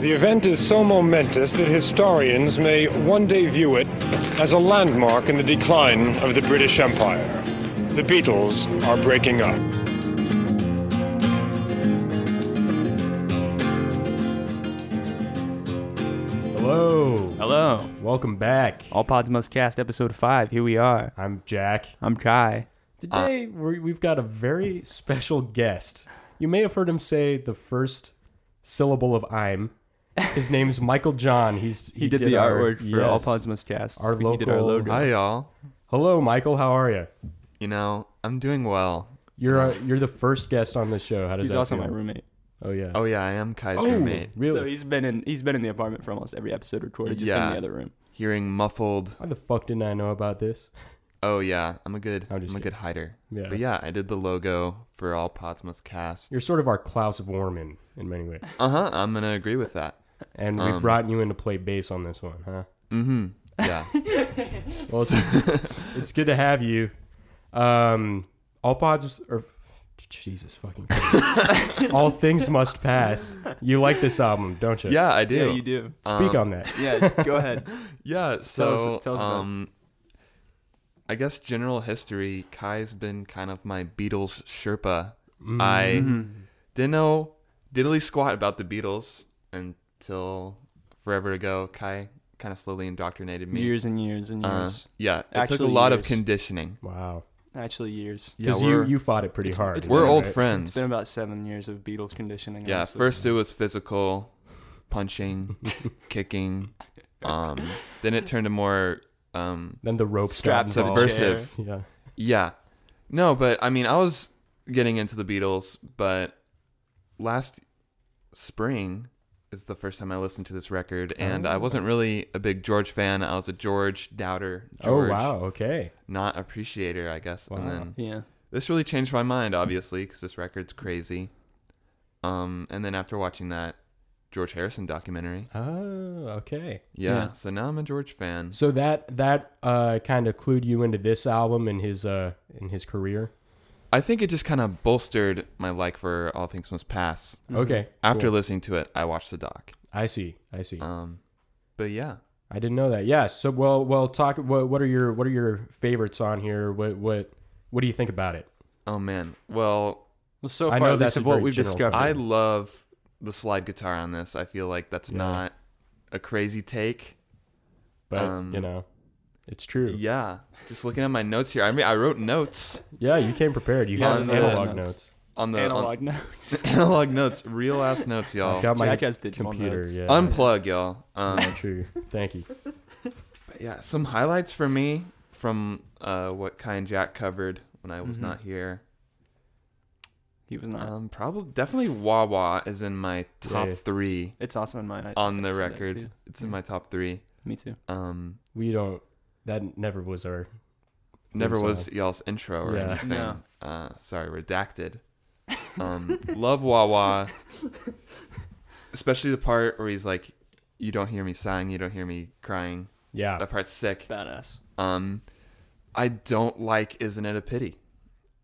The event is so momentous that historians may one day view it as a landmark in the decline of the British Empire. The Beatles are breaking up. Hello. Hello. Welcome back. All Pods Must Cast, episode five. Here we are. I'm Jack. Uh, I'm Kai. Today we we've got a very special guest. You may have heard him say the first syllable of "I'm." His name's Michael John. He's he, He did, the our- artwork for All yes. Pods Must Cast. Our He did our local- logo. Hi y'all. Hello, Michael. How are you? You know, I'm doing well. You're uh, you're the first guest on this show. How does He's that also feel? my roommate. Oh yeah. Oh yeah, I am Kai's Oh, roommate. Really? So he's been in he's been in the apartment for almost every episode recorded, just Yeah. in the other room. Hearing muffled. Why the fuck didn't I know about this? Oh yeah, I'm a good. I'm I'm, just a kidding. good hider. Yeah. But yeah, I did the logo for all Pods Must Cast. You're sort of our Klaus Vorman in many ways, Uh huh. I'm gonna agree with that. and we Um. brought you in to play bass on this one, huh? Mm-hmm. Yeah. Well, it's, it's good to have you. Um, all pods are. Jesus fucking. Christ. all things must pass. You like this album, don't you? yeah, I do. Yeah, you do. Speak Um, on that. Yeah, go ahead. Yeah. us- So, tell us about it. um, I guess general history. Kai's been kind of my Beatles Sherpa. Mm. Mm-hmm. I didn't know diddly squat about the Beatles until forever ago. Kai kind of slowly indoctrinated me. Years and years and Uh, years. yeah, it took Actually a lot of years. conditioning. Wow. Actually, years. Yeah, Because you, we're, you fought it pretty hard. it's- is we're that old right? friends. It's been about seven years of Beatles conditioning. yeah, honestly. first it was physical, punching, kicking. Um, then it turned to more. Um, Then the ropes got straps to the involved. Subversive. chair. Yeah. yeah, no, but I mean, I was getting into the Beatles, but last spring is the first time I listened to this record, and I Oh. wasn't really a big George fan. I was a George doubter. George, Oh wow. Okay. Not appreciator, I guess. Wow. And then Yeah. this really changed my mind obviously because this record's crazy um and then after watching that george harrison documentary Oh, okay. yeah, Yeah. so now i'm a george fan So that that uh, kind of clued you into this album and his uh in his career. i think it just kind of bolstered my like for all things must pass Okay. Mm-hmm. after cool. listening to it i watched the doc I see. I see. um but yeah I didn't know that. Yeah. So well, well, talk. What, what are your what are your favorites on here? What what what do you think about it? oh man well Well, so I far, know at least that's of a what very we've general discovered. i love the slide guitar on this i feel like that's Yeah. not a crazy take But Um, you know, it's true. Yeah, yeah just looking at my notes here i mean i wrote notes you came prepared. You Yeah, have those are analog good notes. notes. on the on- analog notes. analog notes real ass notes y'all I've got my Jack has digital computer. notes. Yeah. unplug y'all um true. Thank you. yeah some highlights for me from uh what kai and jack covered when i was Mm-hmm. not here He was not. um probably definitely wawa is in my top Yeah. three It's also in my on the it's in there, record too. it's in my top three Me too. um We don't. That never was our. never Think was y'all's intro or Yeah. anything No. uh sorry redacted um love wawa especially the part where he's like you don't hear me sighing you don't hear me crying Yeah. that part's sick Badass. Um, I don't like Isn't It a Pity?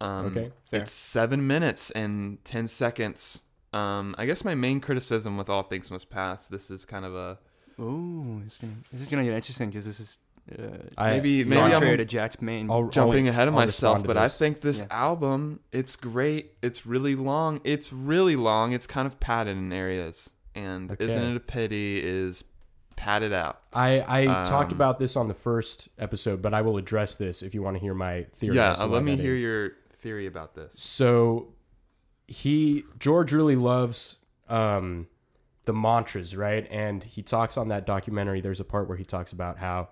Um, Okay, fair. It's seven minutes and 10 seconds. Um, I guess my main criticism with All Things Must Pass, this is kind of a. Ooh, it's gonna, this is gonna get interesting because this is uh, I- maybe maybe contrary I'm to Jack's main. I'll- I'll- jumping ahead of I'll respond myself, to but I this. think this Yeah. album, it's great. It's really long. It's really long. It's kind of padded in areas. And Okay. Isn't It a Pity is padded out. I I talked Um, about this on the first episode, but I will address this if you want to hear my theory. yeah, as to uh, why let me that hear is. your theory about this. so he George really loves um the mantras, right? And he talks on that documentary. There's a part where he talks about how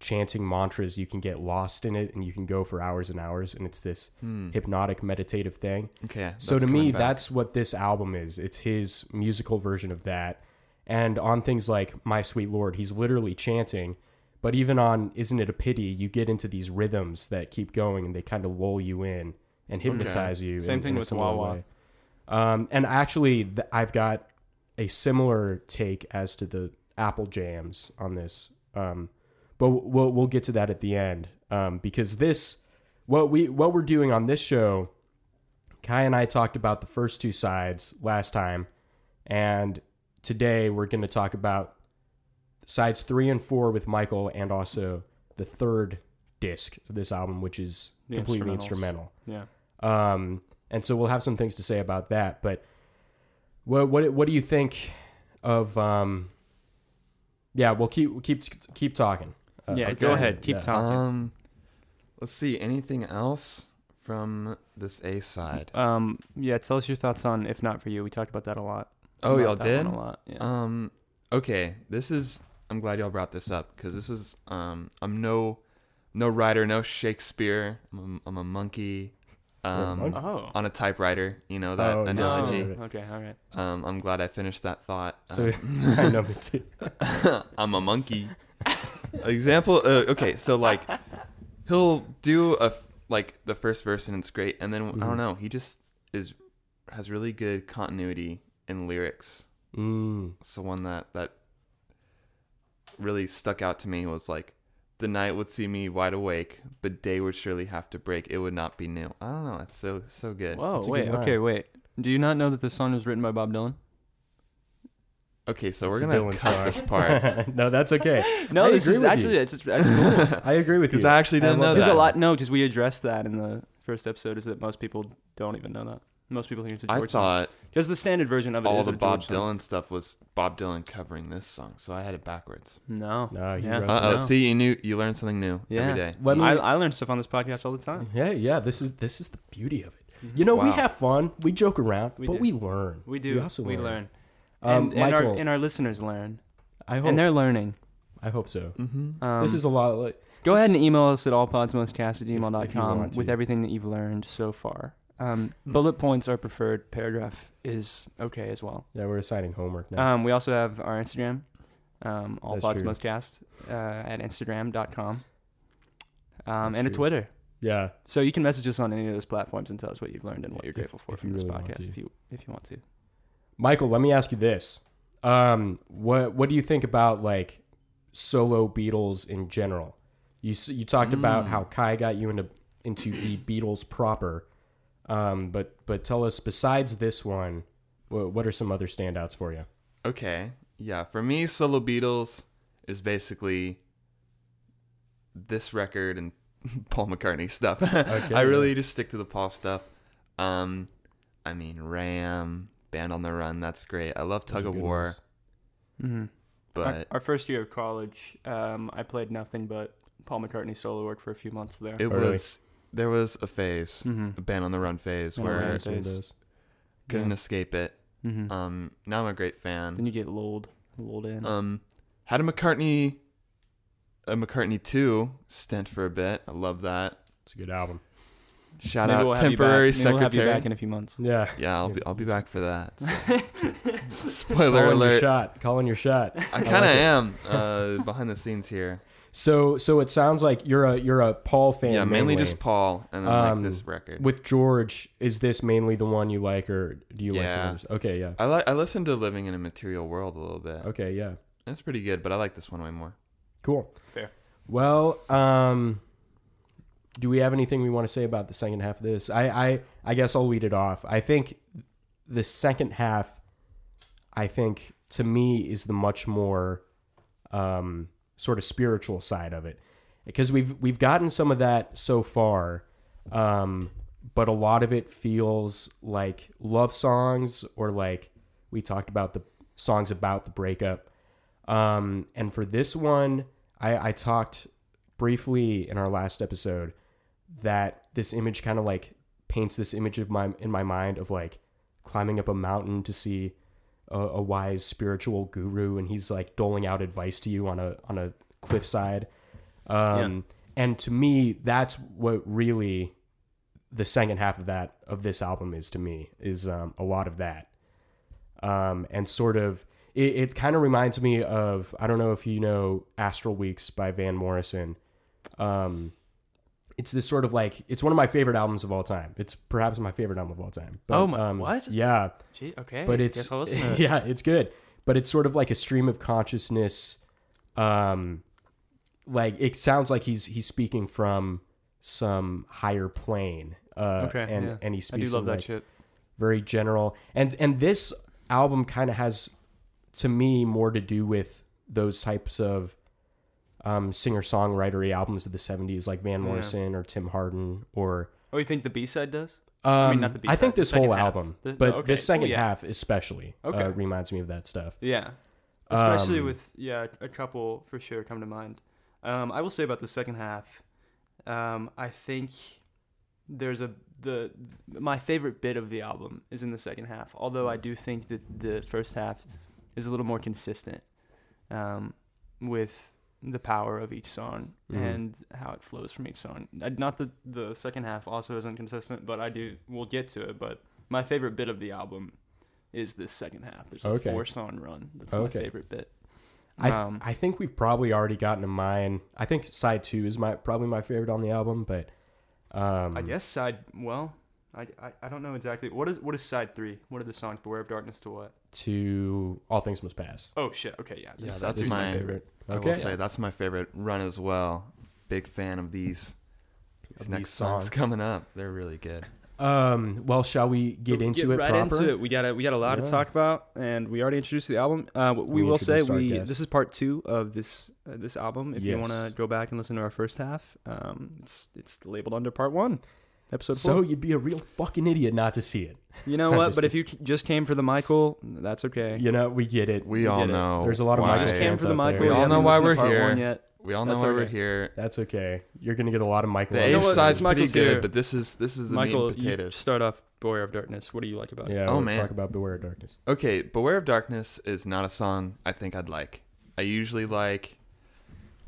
chanting mantras you can get lost in it and you can go for hours and hours and it's this hypnotic meditative thing. Okay. So that's to me coming back. that's what this album is. It's his musical version of that. And on things like My Sweet Lord, he's literally chanting, but even on Isn't It a Pity, you get into these rhythms that keep going and they kind of lull you in and hypnotize you. Same in- thing in a with similar Wawa. way. Um, and actually, th- I've got a similar take as to the Apple Jams on this, um, but w- we'll we'll get to that at the end um, because this what we what we're doing on this show. Kai and I talked about the first two sides last time, and today we're going to talk about sides three and four with Michael, and also the third disc of this album, which is The completely instrumentals. instrumental. Yeah. Um, and so we'll have some things to say about that. But what what what do you think of? Um, yeah, we'll keep we'll keep keep talking. Uh, yeah. okay. Go ahead. Keep Yeah. talking. Um, let's see. Anything else from this A side? Um, yeah, tell us your thoughts on If Not For You. We talked about that a lot. Oh, About y'all that one did. A lot. Yeah. Um, okay. This is. I'm glad y'all brought this up because this is. Um, I'm no, no writer, no Shakespeare. I'm a, I'm a monkey. Um, monkey? oh. on a typewriter. You know that Oh, yeah. analogy. Oh. Okay, all right. Um, I'm glad I finished that thought. So Um, I know me too. I'm a monkey. Example. Uh, okay, so like, he'll do a f- like the first verse and it's great, and then I don't know. He just is has really good continuity in lyrics. Mm, So one that that really stuck out to me was like, the night would see me wide awake, but day would surely have to break. It would not be new. I don't know. It's so so good. Whoa, That's a wait. good line. Okay, wait. Do you not know that this song was written by Bob Dylan? Okay, so It's we're a gonna Dylan cut song. this part no, that's okay. No, I this agree is with you. actually it's, it's cool. I agree with because you. I actually I didn't know love There's that. a lot. No, because we addressed that in the first episode. Is that most people don't even know that. Most people think it's a George I thought because the standard version of it all is the a Bob George song. Dylan stuff was Bob Dylan covering this song, so I had it backwards. No, No, he yeah. wrote Uh oh! No. See, you knew you learned something new Yeah. every day. Let me- I, I learn stuff on this podcast all the time. Yeah, yeah. This is this is the beauty of it. You know, we Wow. have fun, we joke around, Mm-hmm. We but do. we learn. We do. We, also learn. and, Um, and our Michael. and our listeners learn, I hope. and they're learning. I hope so. Um, this is a lot. Like, Go ahead This- and email us at allpodsmostcast at If- if you gmail.com want with to. everything that you've learned so far. Um, bullet points are preferred. Paragraph is okay as well. yeah, we're assigning homework now. Um, we also have our Instagram, um, That's true. allpodsmostcast uh, at instagram.com, um, That's and a true. Twitter. yeah, So you can message us on any of those platforms and tell us what you've learned and what you're If- grateful for if from you this really want podcast to. if you if you want to. Michael. Let me ask you this. Um, what what do you think about like solo Beatles in general? You s- you talked Mm. about how Kai got you into into the Beatles proper, um, but but tell us besides this one, what, what are some other standouts for you? Okay, yeah. For me, solo Beatles is basically this record and Paul McCartney stuff. I really just stick to the Paul stuff. Um, I mean, Ram, Band on the Run, that's great. I love Tug are of good War, ones. Mm-hmm. but our, our first year of college, um, I played nothing but Paul McCartney solo work for a few months there. it Oh, really? was there was a phase, Mhm. a Band on the Run phase, Band on the where Run I phase. Some of those. couldn't Yeah. escape it. Mm-hmm. Um, now I'm a great fan. Then you get lulled, lulled in. Um, had a McCartney, a McCartney two stint for a bit. I love that. It's a good album. Shout Maybe out we'll have you temporary back- maybe We'll have you secretary. back in a few months. Yeah. yeah, I'll be I'll be back for that. so. Spoiler Calling your alert. shot. Calling your shot. I kind of am uh, behind the scenes here. So so it sounds like you're a you're a Paul fan. yeah, mainly just Paul and then Um, like this record. With George, is this mainly the one you like, or do you like? Yeah. some others? Okay, yeah. I like I listened to Living in a Material World a little bit. Okay, yeah. That's pretty good, but I like this one way more. Cool. Fair. Well, um, do we have anything we want to say about the second half of this? I I I guess I'll lead it off. I think the second half, I think to me is the much more um, sort of spiritual side of it because we've we've gotten some of that so far um, but a lot of it feels like love songs or like we talked about the songs about the breakup um, and for this one I, I talked briefly in our last episode that this image kind of like paints this image of my in my mind of like climbing up a mountain to see a, a wise spiritual guru and he's like doling out advice to you on a on a cliffside um and to me that's what really the second half of that of this album is to me is um, a lot of that um and sort of it, it kind of reminds me of i don't know if you know astral weeks by van morrison um it's this sort of like it's one of my favorite albums of all time it's perhaps my favorite album of all time Oh my- um, what? yeah Gee, okay. but it's Guess I'll listen to it. yeah, it's good. But it's sort of like a stream of consciousness. Um, like it sounds like he's he's speaking from some higher plane. Uh, Okay, and yeah. and he I do speaks in, love that like, shit. very general. And and this album kind of has to me more to do with those types of um, singer songwritery albums of the '70s, like Van Morrison or Tim Harden or. Oh, you think the B side does? Um, I, mean, not the B-side, think the this second whole half. album, The- but okay. this second Oh, yeah. half especially Okay. uh, reminds me of that stuff. Yeah. Especially Um, with yeah, a couple for sure come to mind. Um, I will say about the second half, um, I think there's a the my favorite bit of the album is in the second half. Although I do think that the first half is a little more consistent um, with the power of each song Mhm. and how it flows from each song. Uh, Not that the second half also isn't consistent, but I do. We'll get to it. But my favorite bit of the album is this second half. There's a Okay. four song run. That's Okay. my favorite bit. I, th- Um, I think we've probably already gotten to mine. I think side two is my probably my favorite on the album, but um, I guess side. Well, I, I, I don't know exactly what is what is side three. What are the songs? Beware of Darkness to what? to all things must pass. Oh shit. Okay, yeah. Yeah, this- that's is mine. favorite. I Okay, will say that's my favorite run as well. Big fan of these. These Of next these songs. songs. coming up, they're really good. um, well, shall we get into it right proper? into it. We got a, we got a lot Yeah. to talk about, and we already introduced the album. Uh, we, We will say introduced our we guest. this is part two of this uh, this album. If you Yes. want to go back and listen to our first half, um, it's it's labeled under part one, episode four. So you'd be a real fucking idiot not to see it. you know I'm what? just But if you c- just came for the Michael, that's okay. You know, we get it. We, We all did it. know. There's a lot of why, Just Hey, came hands for the up Michael. there. We all haven't know why listened to we're part here. one Yet. We all know That's why all we're right. here. That's okay. You're gonna get a lot of Michael. The know A what? side's Since pretty Michael's good, here- but this is this is the Michael, meat and you potatoes. start off Boy of Darkness. What do you like about it? yeah. Oh, we'll man. talk about Beware of Darkness. Okay, Beware of Darkness is not a song I think I'd like. I usually like,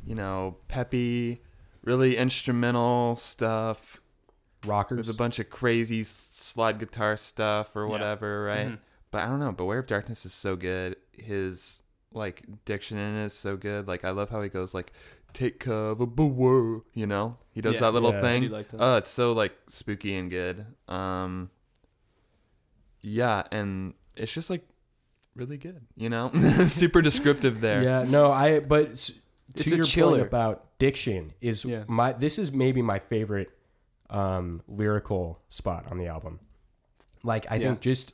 you know, peppy, really instrumental stuff. Rockers. There's a bunch of crazy s- slide guitar stuff or Yeah. whatever, right? Mhm. But I don't know. Beware of Darkness is so good. His like diction in it is so good. Like I love how he goes like, "Take cover, beware." You know, he does Yeah, that little yeah. I I thing. do like that. Oh, it's so like spooky and good. Um Yeah, and it's just like really good, you know? Super descriptive there. Yeah, no, I but s- to It's a your chiller. point about diction is Yeah. my this is maybe my favorite um lyrical spot on the album. Like I think just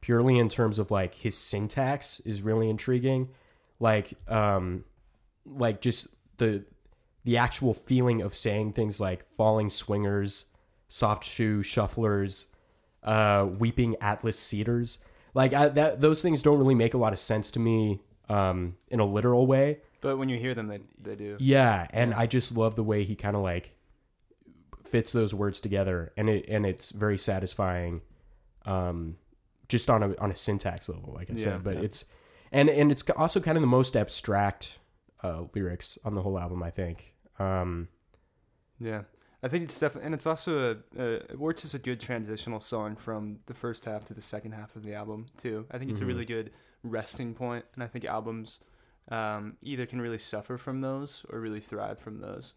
purely in terms of like his syntax is really intriguing. Like um like just the the actual feeling of saying things like falling swingers, soft shoe shufflers, uh, weeping atlas cedars. Like I, that, those things don't really make a lot of sense to me um, in a literal way. but when you hear them, they they do. Yeah, and I just love the way he kind of like fits those words together, and it and it's very satisfying, um, just on a on a syntax level, like I Yeah, said. But yeah. it's and and it's also kind of the most abstract uh, lyrics on the whole album, I think. Um, Yeah, I think it's definitely, and it's also a, a Warts is a good transitional song from the first half to the second half of the album too. I think it's Mhm. a really good resting point, and I think albums um, either can really suffer from those or really thrive from those,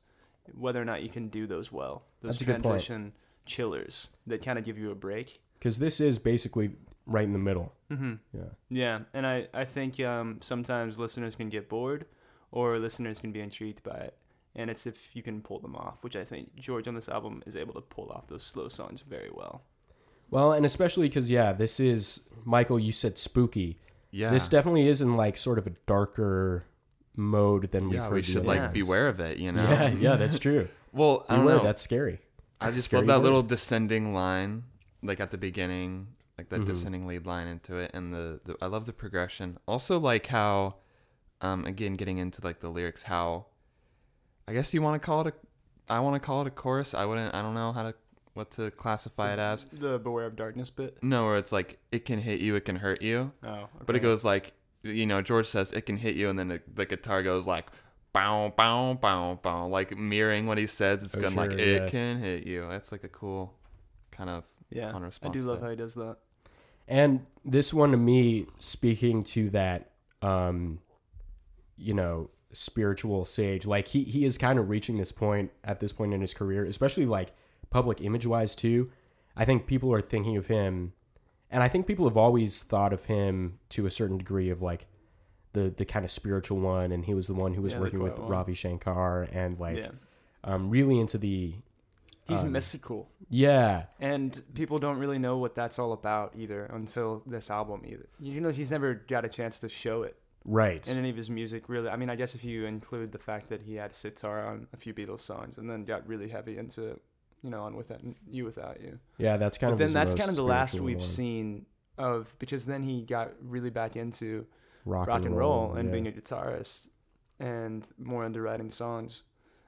whether or not you can do those well. Those That's a good point. transition chillers that kind of give you a break. because this is basically right in the middle. Mm-hmm. Yeah. Yeah, and I I think um, sometimes listeners can get bored, or listeners can be intrigued by it, and it's if you can pull them off, which I think George on this album is able to pull off those slow songs very well. Well, and especially because yeah, this is Michael. You said spooky. Yeah. This definitely is in like sort of a darker mode than we've yeah, heard. we the should other like Yeah. ones. beware of it, you know. Yeah, yeah, that's true. Well, I don't Beware, know. that's scary. I that's a just love scary that word. little descending line like at the beginning, like that Mhm. descending lead line into it and the, the I love the progression. Also like how um again getting into like the lyrics how I guess you want to call it a I want to call it a chorus. I wouldn't I don't know how to what to classify it as. The Beware of Darkness bit. No, where it's like it can hit you, it can hurt you, Oh, but it okay. goes like you know George says it can hit you, and then the, the guitar goes like bow bow bow bow, like mirroring what he says. It's Oh, going like sure, it yeah. can hit you. That's like a cool kind of Yeah, fun I response. do love there. how he does that. And this one to me, speaking to that, um, you know, spiritual sage, like he he is kind of reaching this point at this point in his career, especially like public image wise too. I think people are thinking of him, and I think people have always thought of him to a certain degree of like the the kind of spiritual one, and he was the one who was Yeah, the working with quiet one. Ravi Shankar and like yeah, um, really into the He's Um, mystical, Yeah. and people don't really know what that's all about either until this album. Either you know, he's never got a chance to show it Right. in any of his music. Really, I mean, I guess if you include the fact that he had sitar on a few Beatles songs, and then got really heavy into, you know, on without you without you. yeah, that's kind but of. then his that's most kind of the last spiritual we've one. seen of because then he got really back into Rock, rock and roll, and yeah. being a guitarist and more into writing songs.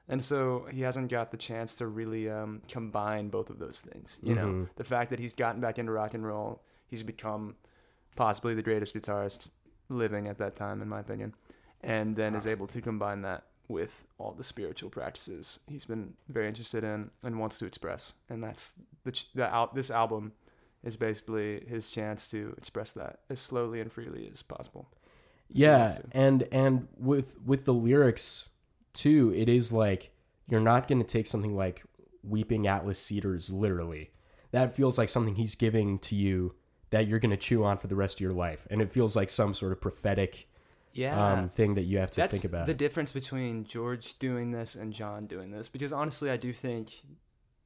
And so he hasn't got the chance to really um, combine both of those things. You know, Mhm. the fact that he's gotten back into rock and roll, he's become possibly the greatest guitarist living at that time, in my opinion, and then is able to combine that with all the spiritual practices he's been very interested in and wants to express. And that's the, ch- the out this album is basically his chance to express that as slowly and freely as possible. yeah wants to. and and with with the lyrics too it is like you're not going to take something like weeping atlas cedars literally that feels like something he's giving to you that you're going to chew on for the rest of your life and it feels like some sort of prophetic Yeah. um, thing that you have to That's think about the difference between George doing this and John doing this because honestly, I do think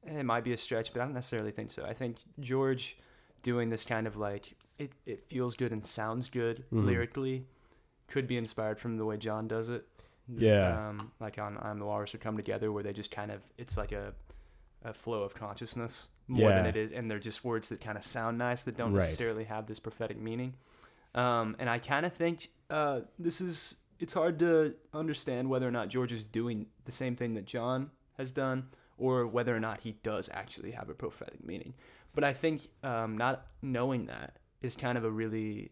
it might be a stretch, but I don't necessarily think so. I think George doing this kind of like it, it feels good and sounds good Mm-hmm. lyrically could be inspired from the way John does it. Yeah. Um, like on I'm the Walrus would come together where they just kind of it's like a a flow of consciousness more than Yeah. it is and they're just words that kind of sound nice that don't Right. necessarily have this prophetic meaning. Um, and I kind of think uh, this is it's hard to understand whether or not George is doing the same thing that John has done or whether or not he does actually have a prophetic meaning. But I think um, not knowing that is kind of a really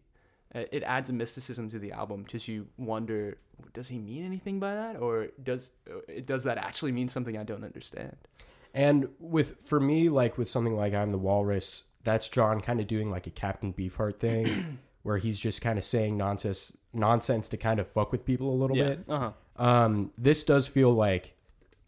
uh, it adds a mysticism to the album because you wonder does he mean anything by that or does uh, does that actually mean something I don't understand? and with for me like with something like i'm the walrus that's john kind of doing like a captain beefheart thing where he's just kind of saying nonsense nonsense to kind of fuck with people a little bit Uh huh. um, this does feel like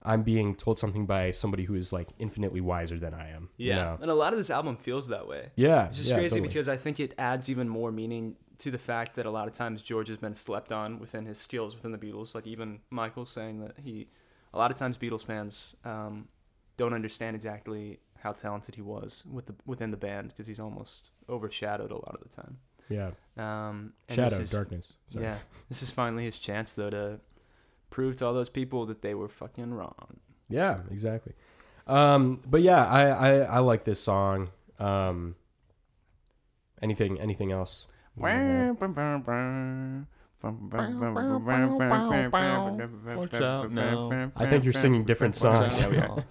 I'm being told something by somebody who is like infinitely wiser than I am. you Yeah. know? And a lot of this album feels that way. Yeah. It's just yeah, crazy totally. because I think it adds even more meaning to the fact that a lot of times George has been slept on within his skills within the Beatles. Like even Michael saying that he, a lot of times Beatles fans um, don't understand exactly how talented he was with the within the band because he's almost overshadowed a lot of the time. yeah, Um, and this shadow, is- darkness. Sorry. Yeah, this is finally his chance though to prove to all those people that they were fucking wrong. Yeah, exactly. Um, but yeah, I, I, I like this song. Um, anything, anything else? Watch out now. I think you're singing different songs. Yeah, we are.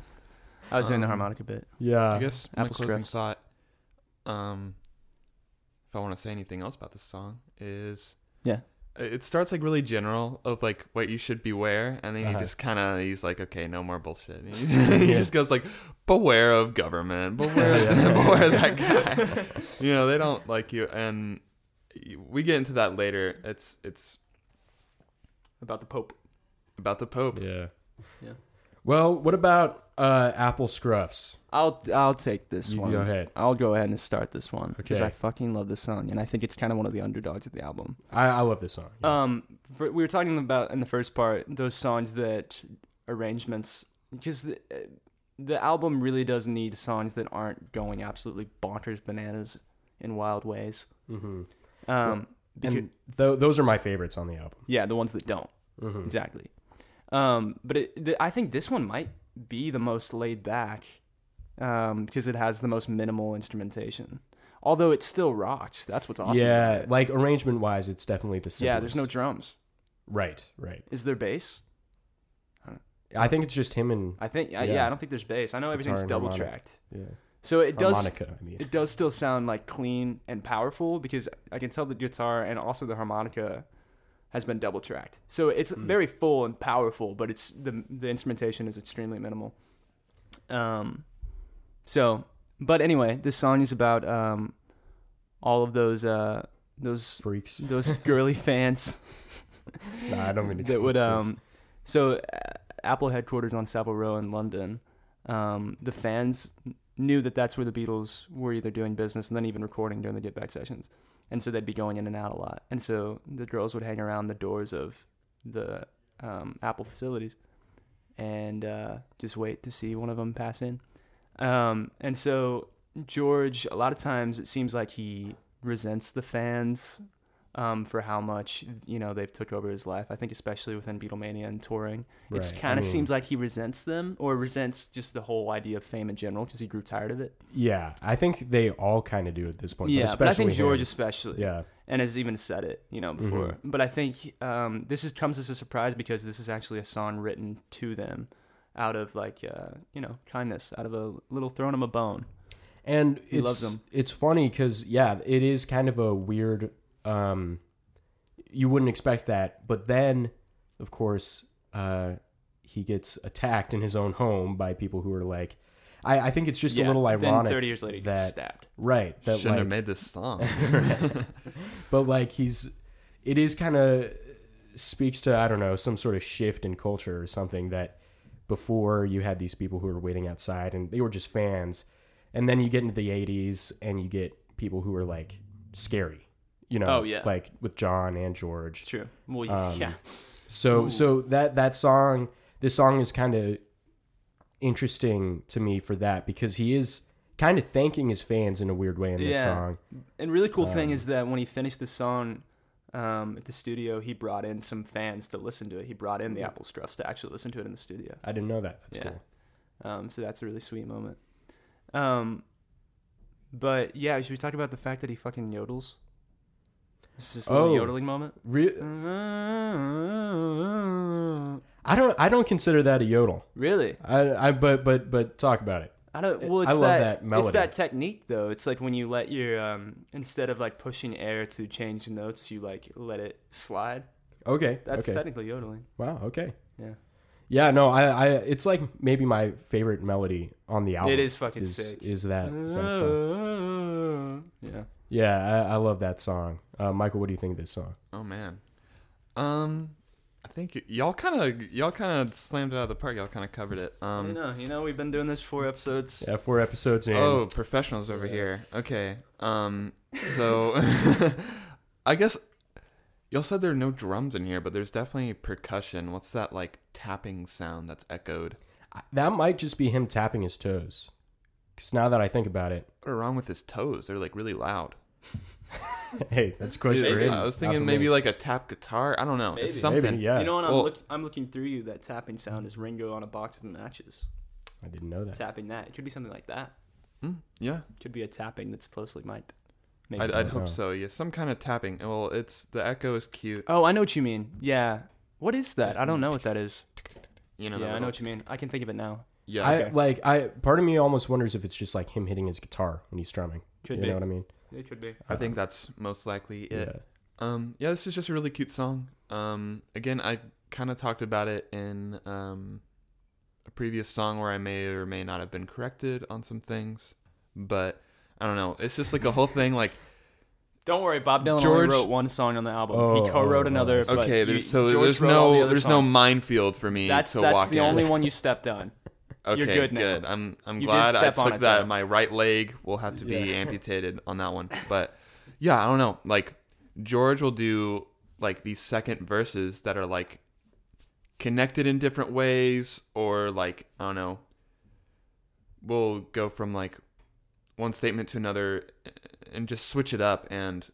I was doing the Um, harmonica bit. I Yeah. guess my Apple closing Scripts. thought, um, if I want to say anything else about this song, is Yeah. it it starts like really general of like what you should beware, and then he Uh-huh. just kind of he's like, okay, no more bullshit. He, he just goes like, beware of government, beware, of Yeah. beware of that guy. you know, they don't like you, and we get into that later. It's it's About the Pope. about the Pope. Yeah. Yeah. Well, what about uh, Apple Scruffs? I'll I'll take this You one. go ahead. I'll go ahead and start this one because Okay. I fucking love this song and I think it's kind of one of the underdogs of the album. I, I love this song. Um, for, we were talking about in the first part those songs that arrangements because the, uh, the album really does need songs that aren't going absolutely bonkers bananas in wild ways. hmm Um, becau- And th- those are my favorites on the album. yeah, the ones that don't. hmm Exactly. Um, but it, th- I think this one might be the most laid back um, because it has the most minimal instrumentation. Although it still rocks. That's what's awesome. yeah, about it. like arrangement wise, it's definitely the simplest. yeah, there's no drums. right, right. Is there bass? I think it's just him and I think, yeah, yeah Yeah. I don't think there's bass. I know everything's and double harmonic. tracked. yeah, So it does. harmonica. I mean, It does still sound like clean and powerful because I can tell the guitar and also the harmonica has been double tracked. So it's very full and powerful, but it's the the instrumentation is extremely minimal. Um, so but anyway, this song is about um, all of those uh those freaks. those girly fans Nah, I don't mean to that call would it freaks. um so uh, apple headquarters on savile row in london um the fans knew that that's where the beatles were either doing business and then even recording during the get back sessions and so they'd be going in and out a lot and so the girls would hang around the doors of the um, apple facilities and uh, just wait to see one of them pass in Um, and so George, a lot of times it seems like he resents the fans um, for how much you know they've took over his life. I think especially within Beatlemania and touring, it's Right. I kind of mean- seems like he resents them or resents just the whole idea of fame in general because he grew tired of it. Yeah, I think they all kind of do at this point. yeah, but, but I think especially George him. especially, Yeah, Mm-hmm. and has even said it, you know, before. But I think um, this is comes as a surprise because this is actually a song written to them out of like uh, you know kindness, out of a little throwing them a bone. and it's, loves them. It's funny because yeah, it is kind of a weird. Um, you wouldn't expect that, but then, of course, uh, he gets attacked in his own home by people who are like, I, I think it's just a Yeah, little then ironic. 30 years later, he gets that stabbed. right that Shouldn't like, have made this song. but like he's it is kind of speaks to i don't know some sort of shift in culture or something that before you had these people who were waiting outside and they were just fans and then you get into the 80s and you get people who are like scary you know Oh, yeah. like with john and george True. Well, Um, yeah. so so that that song, this song is kind of interesting to me for that because he is kind of thanking his fans in a weird way in this Yeah. song. And really cool Um, thing is that when he finished the song um, at the studio, he brought in some fans to listen to it. He brought in the Apple Scruffs to actually listen to it in the studio. I didn't know that. That's Yeah. cool. Um, so that's a really sweet moment. Um, but yeah, should we talk about the fact that he fucking yodels? It's just a little Oh. yodeling moment. Re- I don't I don't consider that a yodel. Really? I I but but but talk about it. I don't. Well, I it's love that that, It's melody. that technique though. It's like when you let your um, instead of like pushing air to change notes, you like let it slide. Okay. That's okay. technically yodeling. Wow, okay. Yeah. Yeah, no, I, I it's like maybe my favorite melody on the album. It is fucking is, Uh. sick. Is that, is that song. Yeah. Yeah, I, I love that song. Uh, Michael, what do you think of this song? Oh man. Um I think y- y'all kind of y'all kind of slammed it out of the park. Y'all kind of covered it. You Um know, you know, we've been doing this four episodes. Yeah, four episodes in. oh, professionals over here. Okay. Um so I guess y'all said there are no drums in here, but there's definitely percussion. What's that like tapping sound that's echoed? That might just be him tapping his toes. Because now that I think about it, What are wrong with his toes? They're like really loud. hey, that's a question for Maybe. him. I was not thinking for maybe me. like a tap guitar. I don't know. Maybe. It's something. Maybe, yeah. You know, when I'm, Well- look, I'm looking through you, that tapping sound is Ringo on a box of matches. I didn't know that. Tapping that. It could be something like that. Mm, yeah. could be a tapping that's closely mic'd. Maybe. I'd, I'd hope know. so. Yeah, some kind of tapping. Well, it's the echo is cute. oh, I know what you mean. Yeah. What is that? I don't know what that is. You know. Yeah, I the know little- what you mean. I can think of it now. Yeah. I like I. Part of me almost wonders if it's just like him hitting his guitar when he's strumming. Could you be. know what I mean? It could be. I think that's most likely it. Um, yeah, this is just a really cute song. Um, again, I kind of talked about it in um, a previous song where I may or may not have been corrected on some things, but I don't know. It's just like a whole thing. Like, Don't worry, Bob Dylan George- only wrote one song on the album. Oh, he co-wrote oh, another. oh, but okay, you- there's so George there's wrote all the no other there's no songs. minefield for me That's to that's walk the in. only one you stepped on. Okay, You're good now. good. I'm I'm You did glad I step on took it, that. though. My right leg will have to be amputated on that one. But yeah, I don't know. Like George will do like these second verses that are like connected in different ways, or like I don't know. We'll go from like one statement to another and just switch it up, and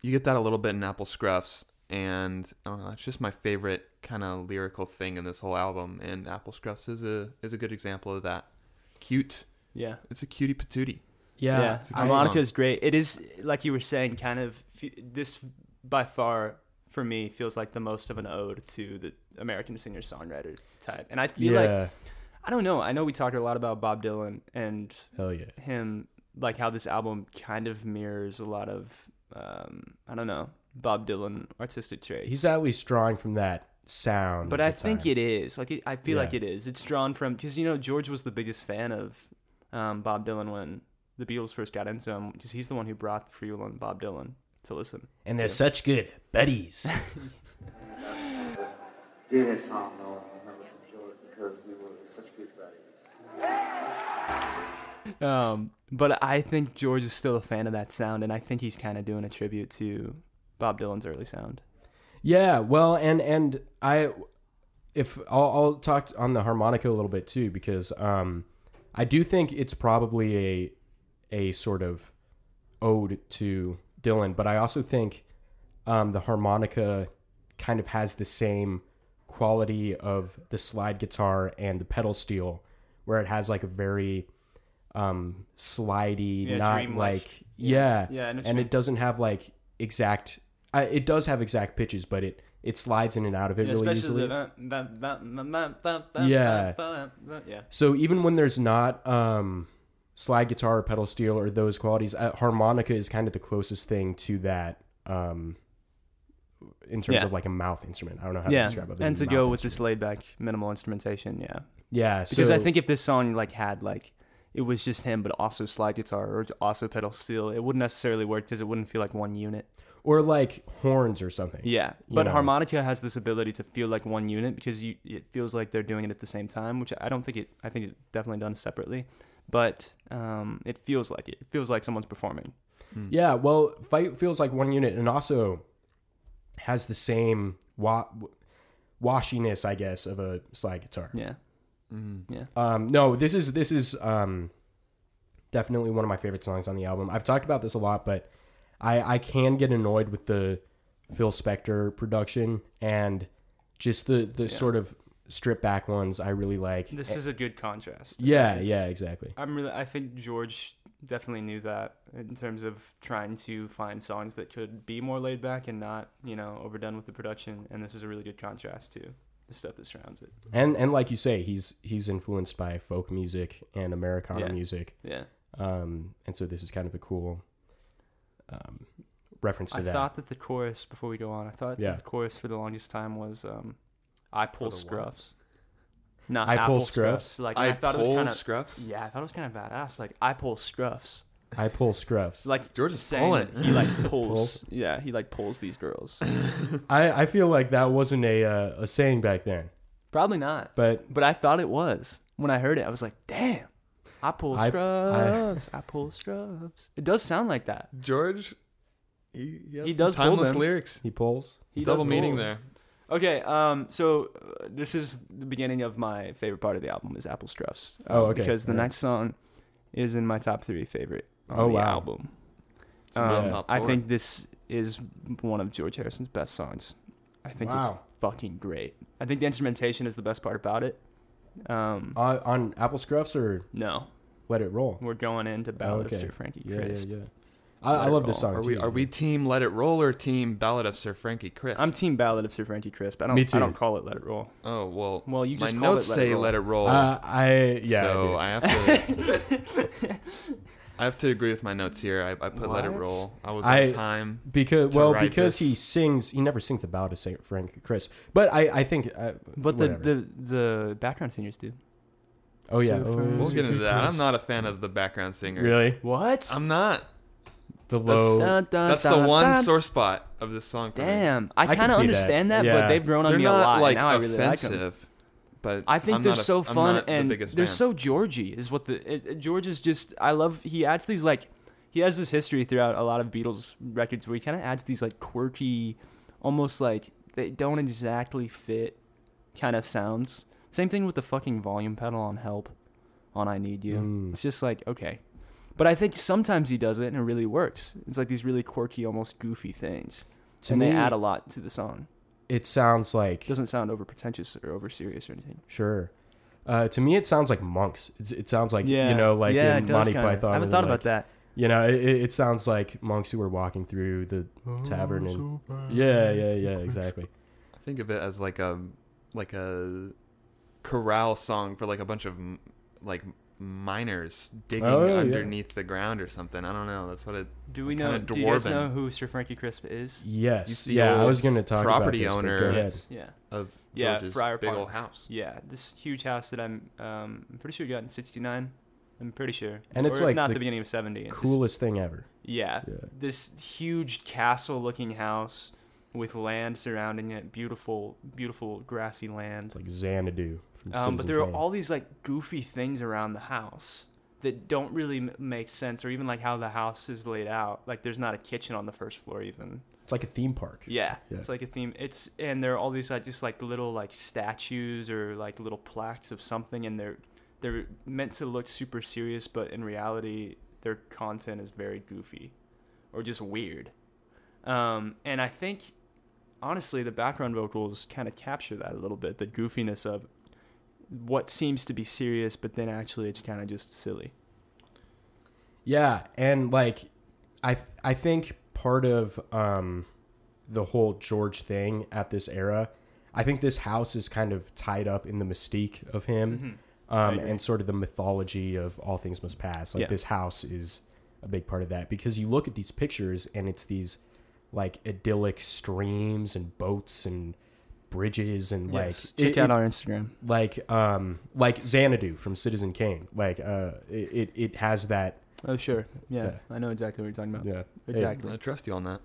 you get that a little bit in Apple Scruffs. And I don't know, it's just my favorite kind of lyrical thing in this whole album. And Apple Scruffs is a is a good example of that. Cute. Yeah. It's a cutie patootie. Yeah. Yeah, a great harmonica song. is great. It is like you were saying, kind of f- this by far for me feels like the most of an ode to the American singer songwriter type. And I feel yeah. like I don't know. I know we talked a lot about Bob Dylan and hell yeah. him, like how this album kind of mirrors a lot of um, I don't know Bob Dylan artistic traits. He's at least drawing from that sound. but at I the think time. it is like it, I feel like Yeah. it is. It's drawn from because you know George was the biggest fan of um, Bob Dylan when the Beatles first got into him because he's the one who brought the free will on Bob Dylan to listen. and they're such good buddies. did this song, no, I remember it's in George because we were such good buddies. Um, but I think George is still a fan of that sound, and I think he's kind of doing a tribute to Bob Dylan's early sound. Yeah, well, and and I, if I'll, I'll talk on the harmonica a little bit too because um, I do think it's probably a a sort of ode to Dylan, but I also think um, the harmonica kind of has the same quality of the slide guitar and the pedal steel, where it has like a very um, slidey, Yeah, not dreamlike. like yeah, Yeah, I know what you and mean. it doesn't have like exact. I, it does have exact pitches, but it it slides in and out of it Yeah, really easily. especially uh, the Yeah. yeah. So even when there's not um, slide guitar or pedal steel or those qualities, uh, harmonica is kind of the closest thing to that um, in terms Yeah. of like a mouth instrument. I don't know how to Yeah, describe it. and to go with this laid back minimal instrumentation, yeah. yeah, Because so, I think if this song like had like it was just him, but also slide guitar or also pedal steel, it wouldn't necessarily work because it wouldn't feel like one unit. or like horns or something. Yeah, You but know. harmonica has this ability to feel like one unit because you it feels like they're doing it at the same time, which I don't think it. I think it's definitely done separately, but um, it feels like it. It feels like someone's performing. Yeah, well, fight feels like one unit, and also has the same wa- washiness, I guess, of a slide guitar. Yeah, Um, no, this is this is um, definitely one of my favorite songs on the album. I've talked about this a lot, but I I can get annoyed with the Phil Spector production and just the the sort of strip back ones. I really like. this is a good contrast. Eh yeah, It's- yeah, exactly. I'm really. I think George definitely knew that in terms of trying to find songs that could be more laid back and not, you know, overdone with the production. And this is a really good contrast to the stuff that surrounds it. And and like you say, he's he's influenced by folk music and Americana Yeah. music, Yeah. um, and so this is kind of a cool um, reference to I that. thought that the chorus before we go on, I thought Yeah. that the chorus for the longest time was um, "I pull the what? scruffs." Not I pull apple scruffs? Like I, I, thought it was pull kind of scruffs. yeah, I thought it was kind of badass. Like I pull scruffs. I pull scruffs. Like George is saying pulling. that He like pulls. Pulls. yeah, he like pulls these girls. I, I feel like that wasn't a uh, a saying back then, Probably not. but But I thought it was. When I heard it, I was like, damn, I pull I- I- scrubs. I, pull scrubs. It does sound like that. George, he he, has He some does pull timeless them. lyrics. he pulls. He Double does meaning pulls. there. Okay, um, so uh, this is the beginning of my favorite part of the album is Apple Scruffs. um, Oh, okay. Because the Alright. next song is in my top three favorite on Oh, the wow. album. It's in my Um, top I four. think this is one of George Harrison's best songs. I think it's Wow. fucking great. I think the instrumentation is the best part about it. Um, Uh, on Apple Scruffs or no, Let It Roll? we're going into Ballad of Sir Frankie yeah, Crisp. Yeah, yeah, I, I Let It love this Roll. song. Are we too. are we team Let It Roll or team Ballad of Sir Frankie Crisp? I'm Team Ballad of Sir Frankie Crisp. I don't. Me I too. don't call it Let It Roll. oh well. Well, you just my called notes it Let It say Roll. Let It Roll. Uh, I yeah. I so do. I, have to. I have to agree with my notes here. I, I put Let It What? Roll. I was I- on time. because to well write because he this- sings he never sings the ballad of Saint Frank Chris but I I think uh, But the, whatever. the the background singers do. oh yeah Sir oh, Frank- We'll get into that. Chris. I'm not a fan of the background singers. really What? I'm not. the low That's the one sore spot of this song. For me. Damn, I, can kind of see understand that. that, Yeah. but they've grown on They're me a lot. not and like now I really like offensive, them. but I think I'm they're not a- so I'm fun not the and biggest they're fan. so Georgie is what the it, it- George is just I love he adds these like he has this history throughout a lot of Beatles records where he kind of adds these like quirky almost like they don't exactly fit kind of sounds. Same thing with the fucking volume pedal on Help on I Need You. Mm. It's just like okay. But I think sometimes he does it and it really works. It's like these really quirky almost goofy things. To and me- they add a lot to the song. it sounds like It doesn't sound over pretentious or over serious or anything. sure uh, to me it sounds like monks it's, it sounds like yeah, you know like yeah, in it does Monty kinda. Python I haven't or, thought like, about that. you know it, it it sounds like monks who were walking through the tavern and yeah yeah yeah exactly I think of it as like a like a chorale song for like a bunch of m- like miners digging Oh, yeah. underneath the ground or something. I don't know. That's what it. Do we kinda know? Do you guys dwarven. know who Sir Frankie Crisp is? yes the yeah I old was gonna talk property about this, but owner. go ahead. Yes. Yeah, of Yeah, George's Friar big Park. old house. yeah. This huge house that I'm, um, I'm pretty sure we got in '69. I'm pretty sure. And it's Or if like not the the, beginning of '70. It's just- coolest thing ever yeah, Yeah. This huge castle-looking house with land surrounding it. Beautiful, beautiful grassy land. It's like Xanadu. Um, From Citizen but there are Kane. all these like goofy things around the house that don't really m- make sense, or even like how the house is laid out. Like there's not a kitchen on the first floor, even. It's like a theme park. Yeah, Yeah. it's like a theme. It's and there are all these like just like little like statues or like little plaques of something, and they're they're meant to look super serious, but in reality, their content is very goofy or just weird. Um, and I think, honestly, the background vocals kind of capture that a little bit the goofiness of what seems to be serious, but then actually it's kind of just silly. Yeah, and like I I think part of um the whole George thing at this era, I think this house is kind of tied up in the mystique of Mm-hmm. him. Um, and sort of the mythology of all things must pass. Like Yeah. this house is a big part of that because you look at these pictures and it's these like idyllic streams and boats and bridges and like check it- out it- our Instagram. like um like Xanadu from Citizen Kane. Like uh it, it, it has that Oh sure, yeah, Yeah. I know exactly what you're talking about. yeah Exactly. I trust you on that.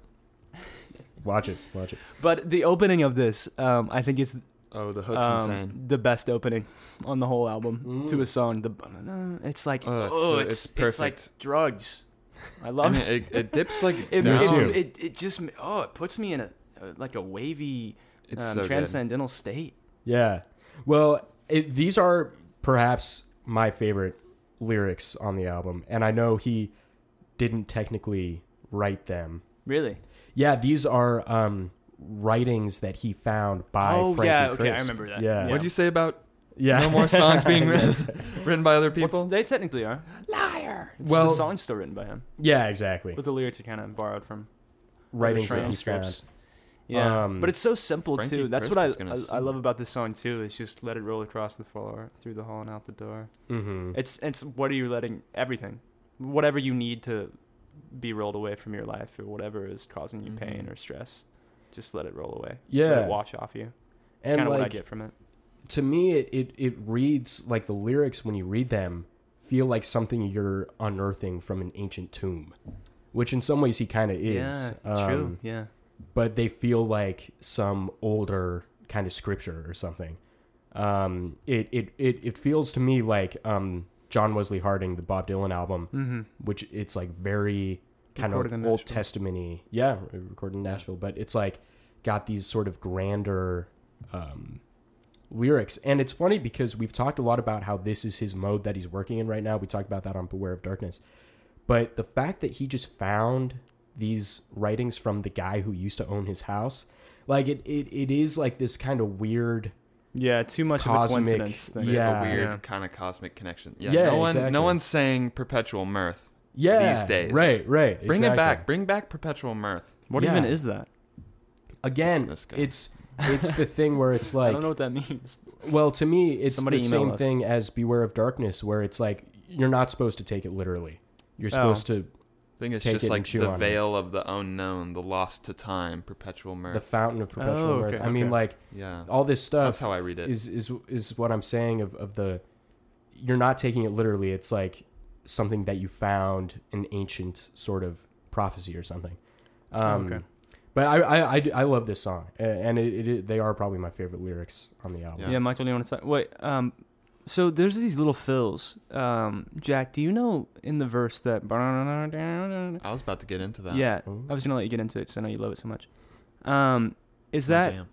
watch it, watch it. But the opening of this, um, I think it's Oh, the hook's um, insane. the best opening on the whole album to Mm. a song. The banana, it's like Oh, oh, it's, it's- it's it's like perfect. drugs. I I love mean, it. it, it dips like It, down. Me too. it, it, it just oh, it puts me in a uh, like a wavy It's um, so good. transcendental state. Yeah. Well, it, these are perhaps my favorite lyrics on the album and I know he didn't technically write them. Really? Yeah, these are um writings that he found by Oh, Frankie yeah, okay, I Crisp. remember that. Yeah. Yeah. What'd you say about Yeah. no more songs being written, written by other people? Well, they technically are. Liar. well, Well- the song's still written by him, yeah, exactly. but the lyryrics are kind of borrowed from Writings Train that he scripts. found. Yeah, Um, but it's so simple Frankie too. That's Crisp is what gonna I, sue. I I love about this song too. It's just let it roll across the floor, through the hall and out the door. Mhm. It's it's what are you letting everything, whatever you need to be rolled away from your life or whatever is causing you pain Mhm. or stress, just let it roll away. let Mm-hmm. Yeah. it wash off you. It's And kind of what I like, get from it. to me it, it it reads like the lyrics when you read them feel like something you're unearthing from an ancient tomb which in some ways he kind of is yeah, true. Um, Yeah, but they feel like some older kind of scripture or something um it it it, it feels to me like um john wesley harding the bob dylan album which it's like very kind Recorded in of old Nashville. testament yeah recorded in nashville but it's like got these sort of grander um lyrics. And it's funny because we've talked a lot about how this is his mode that he's working in right now. We talked about that on Beware of Darkness. But the fact that he just found these writings from the guy who used to own his house, like it it, it is like this kind of weird yeah. Too much Cosmic- of a coincidence. Thing. They have Yeah. a weird Yeah. kind of cosmic connection. Yeah, Yeah, no one, exactly. no one's saying perpetual mirth. yeah, These days. Right, right. Bring it exactly. back. Bring back perpetual mirth. What Yeah. even is that? Again, This guy. it's it's the thing where it's like I don't know what that means. Well, to me, it's Somebody the email same us. thing as Beware of Darkness, where it's like you're not supposed to take it literally. You're Oh. supposed to I think it's Take it just and like chew the on it. veil of the unknown, the lost to time, perpetual mirth. the fountain of perpetual Oh, mirth. okay, I mean, okay. like yeah, all this stuff that's how I read it. is is is what I'm saying of of the you're not taking it literally. It's like something that you found an ancient sort of prophecy or something. Um, Okay. But I, I, I, do- I love this song, a- and it, it, it- they are probably my favorite lyrics on the album. Yeah. Yeah, Michael, do you want to talk? Wait, um, so there's these little fills. Um, Jack, do you know in the verse that? I was about to get into that. Yeah, Ooh. I was gonna let you get into it because I know you love it so much. Um, is My that jam.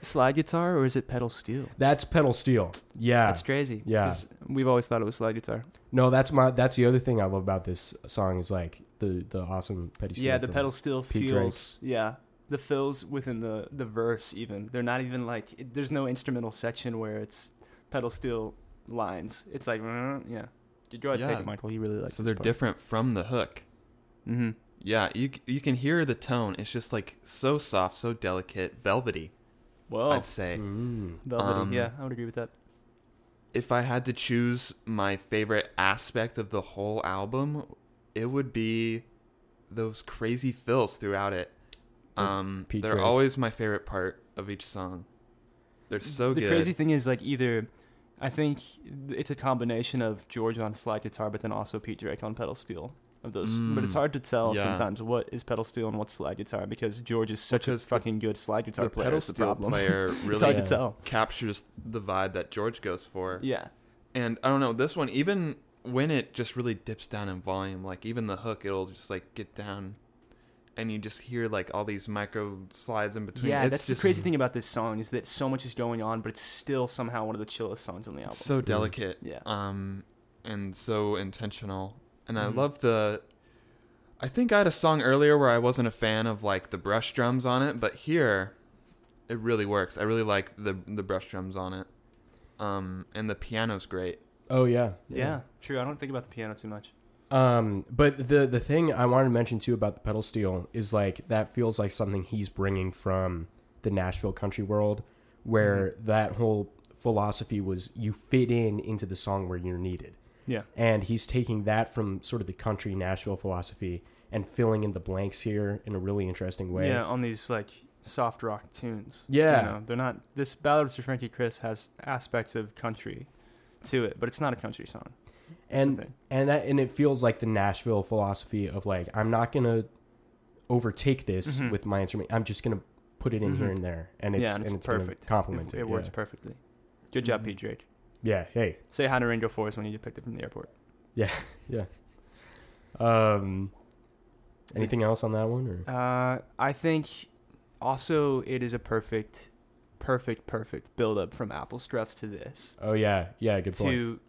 slide guitar or is it pedal steel? That's pedal steel. Yeah, That's crazy. Yeah. 'cause we've always thought it was slide guitar. No, that's my. That's the other thing I love about this song is like the the awesome petty. steel yeah, the from- pedal steel Pete Drake. feels. Yeah, the fills within the the verse even they're not even like it, there's no instrumental section where it's pedal steel lines. It's like yeah. Go ahead, take Yeah. it, Michael. You really like. so they're different from the hook. Mm-hmm. Yeah, you c- you can hear the tone. It's just like so soft, so delicate, velvety. Whoa. Oh, I'd say. Mm. Velvety. Um, yeah, I would agree with that. if I had to choose my favorite aspect of the whole album, it would be those crazy fills throughout it. Um, Pete they're Drake. always my favorite part of each song. They're so the good. crazy thing is, like, either I think it's a combination of George on slide guitar, but then also Pete Drake on pedal steel. Of those, but it's Mm, hard to tell yeah. sometimes what is pedal steel and what's slide guitar because George is such Because a the- fucking good slide guitar the player. pedal is the steel problem. player it's hard really Yeah. to tell. captures the vibe that George goes for. Yeah, And I don't know, this one, even when it just really dips down in volume, like even the hook, it'll just like get down and you just hear like all these micro slides in between. Yeah, it's that's the just crazy thing about this song is that so much is going on, but it's still somehow one of the chillest songs on the album. so delicate Yeah. um and so intentional and Mhm. i love the i think i had a song earlier where i wasn't a fan of like the brush drums on it but here it really works i really like the the brush drums on it um and the piano's great Oh yeah. yeah. true. I don't think about the piano too much. Um, but the the thing I wanted to mention too about the pedal steel is like that feels like something he's bringing from the Nashville country world, where Mm-hmm. that whole philosophy was you fit in into the song where you're needed, Yeah. and he's taking that from sort of the country Nashville philosophy and filling in the blanks here in a really interesting way. Yeah, on these like soft rock tunes. Yeah. you know, they're not. This ballads for Frankie Chris has aspects of country to it, but it's not a country song. That's the and thing. and that and it feels like the Nashville philosophy of like I'm not gonna overtake this Mhm. with my instrument. I'm just gonna put it in here Mhm. and there, and it's yeah, and it's, gonna perfect. Compliment it. it, works yeah. Mm-hmm. perfectly. Good job, Mhm. Pete Drake. Yeah. Hey. Say hi to Ringo Forrest when you get picked up from the airport. Um. Anything else on that one? Or Uh, I think also it is a perfect, perfect, perfect build up from Apple Struffs to this. oh yeah, yeah. Good point. to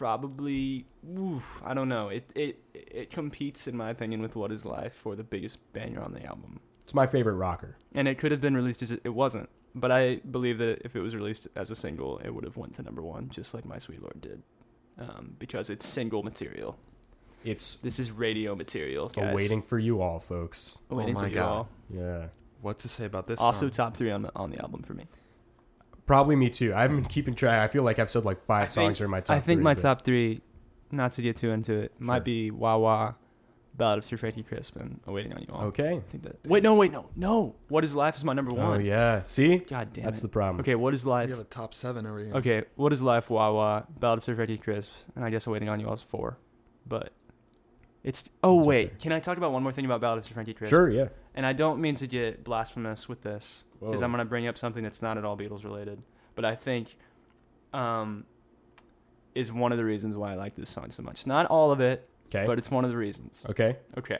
probably oof, I don't know. It it it competes in my opinion with What Is Life for the biggest banger on the album. It's my favorite rocker. And it could have been released as a, it wasn't, but I believe that if it was released as a single, it would have went to number 1 just like My Sweet Lord did. Um, because it's single material. It's This is radio material, guys. a Oh, waiting for you all, folks. Waiting Oh for my you God. all. Yeah. what to say about this Also song? top 3 on on the album for me. Probably me too. I haven't been keeping track. I feel like I've said like five I think- songs are in my top. I think three, my but- top three, not to get too into it, Sure. might be Wah Wah, Ballad of Sir Frankie Crisp, and A Waiting on You All. Okay. I think that. Wait, no, wait, no, no. What is life is my number Oh one. yeah. See, God damn that's it. the problem. okay, what is we life? have a top seven over here Okay, what is life? Wawa, Ballad of Sir Freddie Crisp, and I guess Waiting on You All is four. But it's. Oh It's up wait, there. can I talk about one more thing about Ballad of Sir Frankie Crisp? Sure. Yeah. And I don't mean to get blasphemous with this because Whoa. I'm gonna bring up something that's not at all Beatles related, but I think, um, is one of the reasons why I like this song so much. Not all of it, Okay. but it's one of the reasons. okay. Okay.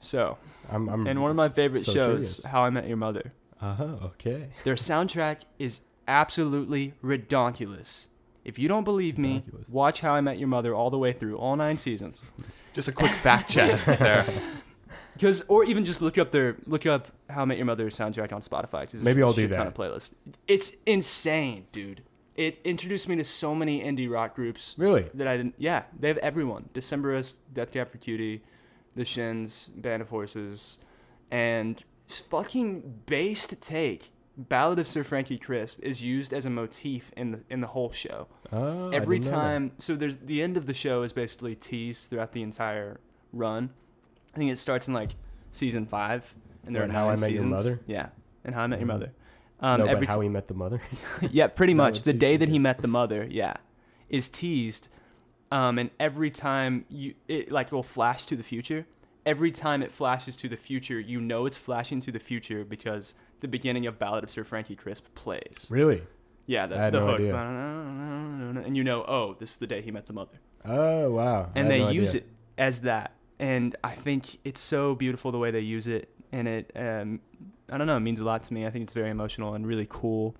So, I'm. I'm in one of my favorite Hmm. so shows, curious. How I Met Your Mother, Uh huh. Okay. Their soundtrack is absolutely redonkulous. If you don't believe me, Redonkulous. watch How I Met Your Mother all the way through, all nine seasons. just a quick fact check there Because, or even just look up their look up How I Met Your Mother soundtrack on Spotify. 'cause there's Maybe a I'll do shit Ton that. of playlists. It's insane, dude. It introduced me to so many indie rock groups Really? that I didn't. Yeah, they have everyone: Decemberist, Death Cab for Cutie, The Shins, Band of Horses, and fucking bass to take. Ballad of Sir Frankie Crisp is used as a motif in the in the whole show. Oh, I Every didn't know that. time, so there's the end of the show is basically teased throughout the entire run. I think it starts in like season five, and there What, are How I nine Met Your seasons. Mother? Yeah, and How I Met Your Mhm. Mother. Um, no, every but t- how he met the mother. yeah, pretty Is that much. what The teased day you that he did? met the mother, yeah, is teased. Um, and every time you it like will flash to the future. Every time it flashes to the future, you know it's flashing to the future because the beginning of Ballad of Sir Frankie Crisp plays. really? Yeah, the, I had the no hook. idea. And you know, oh, this is the day he met the mother. Oh wow. And they use it as that. And I think it's so beautiful the way they use it. And it, um, I don't know, it means a lot to me. I think it's very emotional and really cool.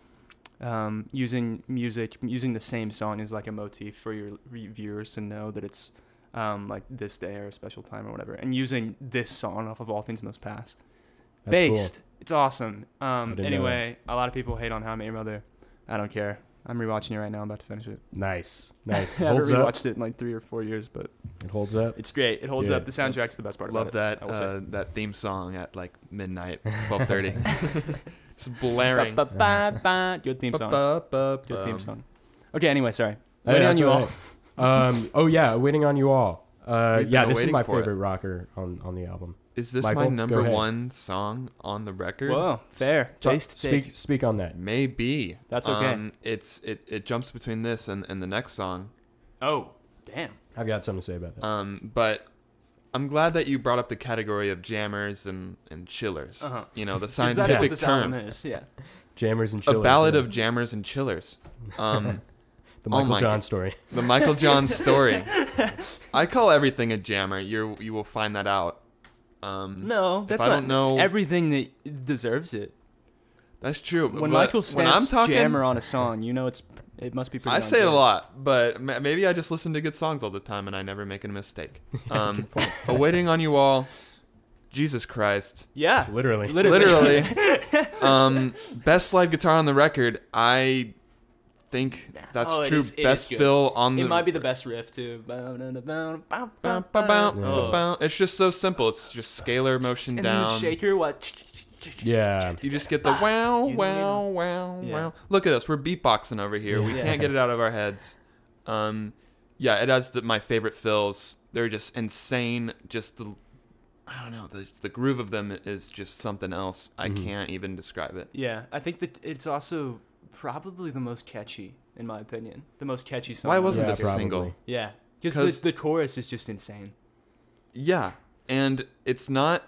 Um, using music, using the same song as like a motif for your re- viewers to know that it's um, like this day or a special time or whatever. And using this song off of All Things Must Pass based. It's awesome. Um, didn't know anyway, a lot of people hate on How I Met Your Mother. I don't care. I'm rewatching it right now. I'm about to finish it. Nice, nice. I haven't holds up. rewatched it in like three or four years, but It holds up. it's great. It holds Good. up. The soundtrack's the best part. love about it, that I will say. uh, that theme song at like midnight 12.30 it's blaring Ba-ba-ba-ba. Good theme song. Good theme theme song. Okay. Anyway, sorry. Hey, Waiting on that's you all. alright. um. Oh yeah, waiting on you all. Uh. We've been Yeah, this is waiting my for it. favorite rocker on on the album. Is this Michael, my go number ahead. one song on the record? Whoa, fair. So- Taste speak take. speak on that. Maybe. Um, That's okay. it's it, it jumps between this and, and the next song. Oh, damn. I've got something to say about that. Um, but I'm glad that you brought up the category of jammers and, and chillers. Uh-huh. You know, the 'Cause That's what scientific this album term. is. Yeah. Jammers and A chillers. ballad yeah. of jammers and chillers. Um, the oh Michael my John God. story. the Michael John story. I call everything a jammer. You you will find that out. Um, No, If that's I not don't know- everything that deserves it. that's true. When but Michael stamps when I'm talking, jammer on a song, you know it's it must be pretty. I darn say a good. lot, but ma- maybe I just listen to good songs all the time and I never make a mistake. Um, awaiting on you all, Jesus Christ. Yeah, Literally. literally. um, best live guitar on the record. I think that's Oh, it true. is- it best is good. fill on the. It might be the best riff too. Bow, Bow, bow, bow, Yeah. bow. It's just so simple. It's just scalar motion Oh. And then down. the shaker, what? Yeah. You just get the wow, You wow, wow, Yeah. wow. Look at us. We're beatboxing over here. We can't get it out of our heads. Um, yeah, it has the, my favorite fills. They're just insane. Just the, I don't know, the, the groove of them is just something else. I Mm-hmm. can't even describe it. Yeah, I think that it's also probably the most catchy, in my opinion. The most catchy song. Why on wasn't the Yeah, this a probably. single? Yeah, because 'Cause- the, the chorus is just insane. Yeah, and it's not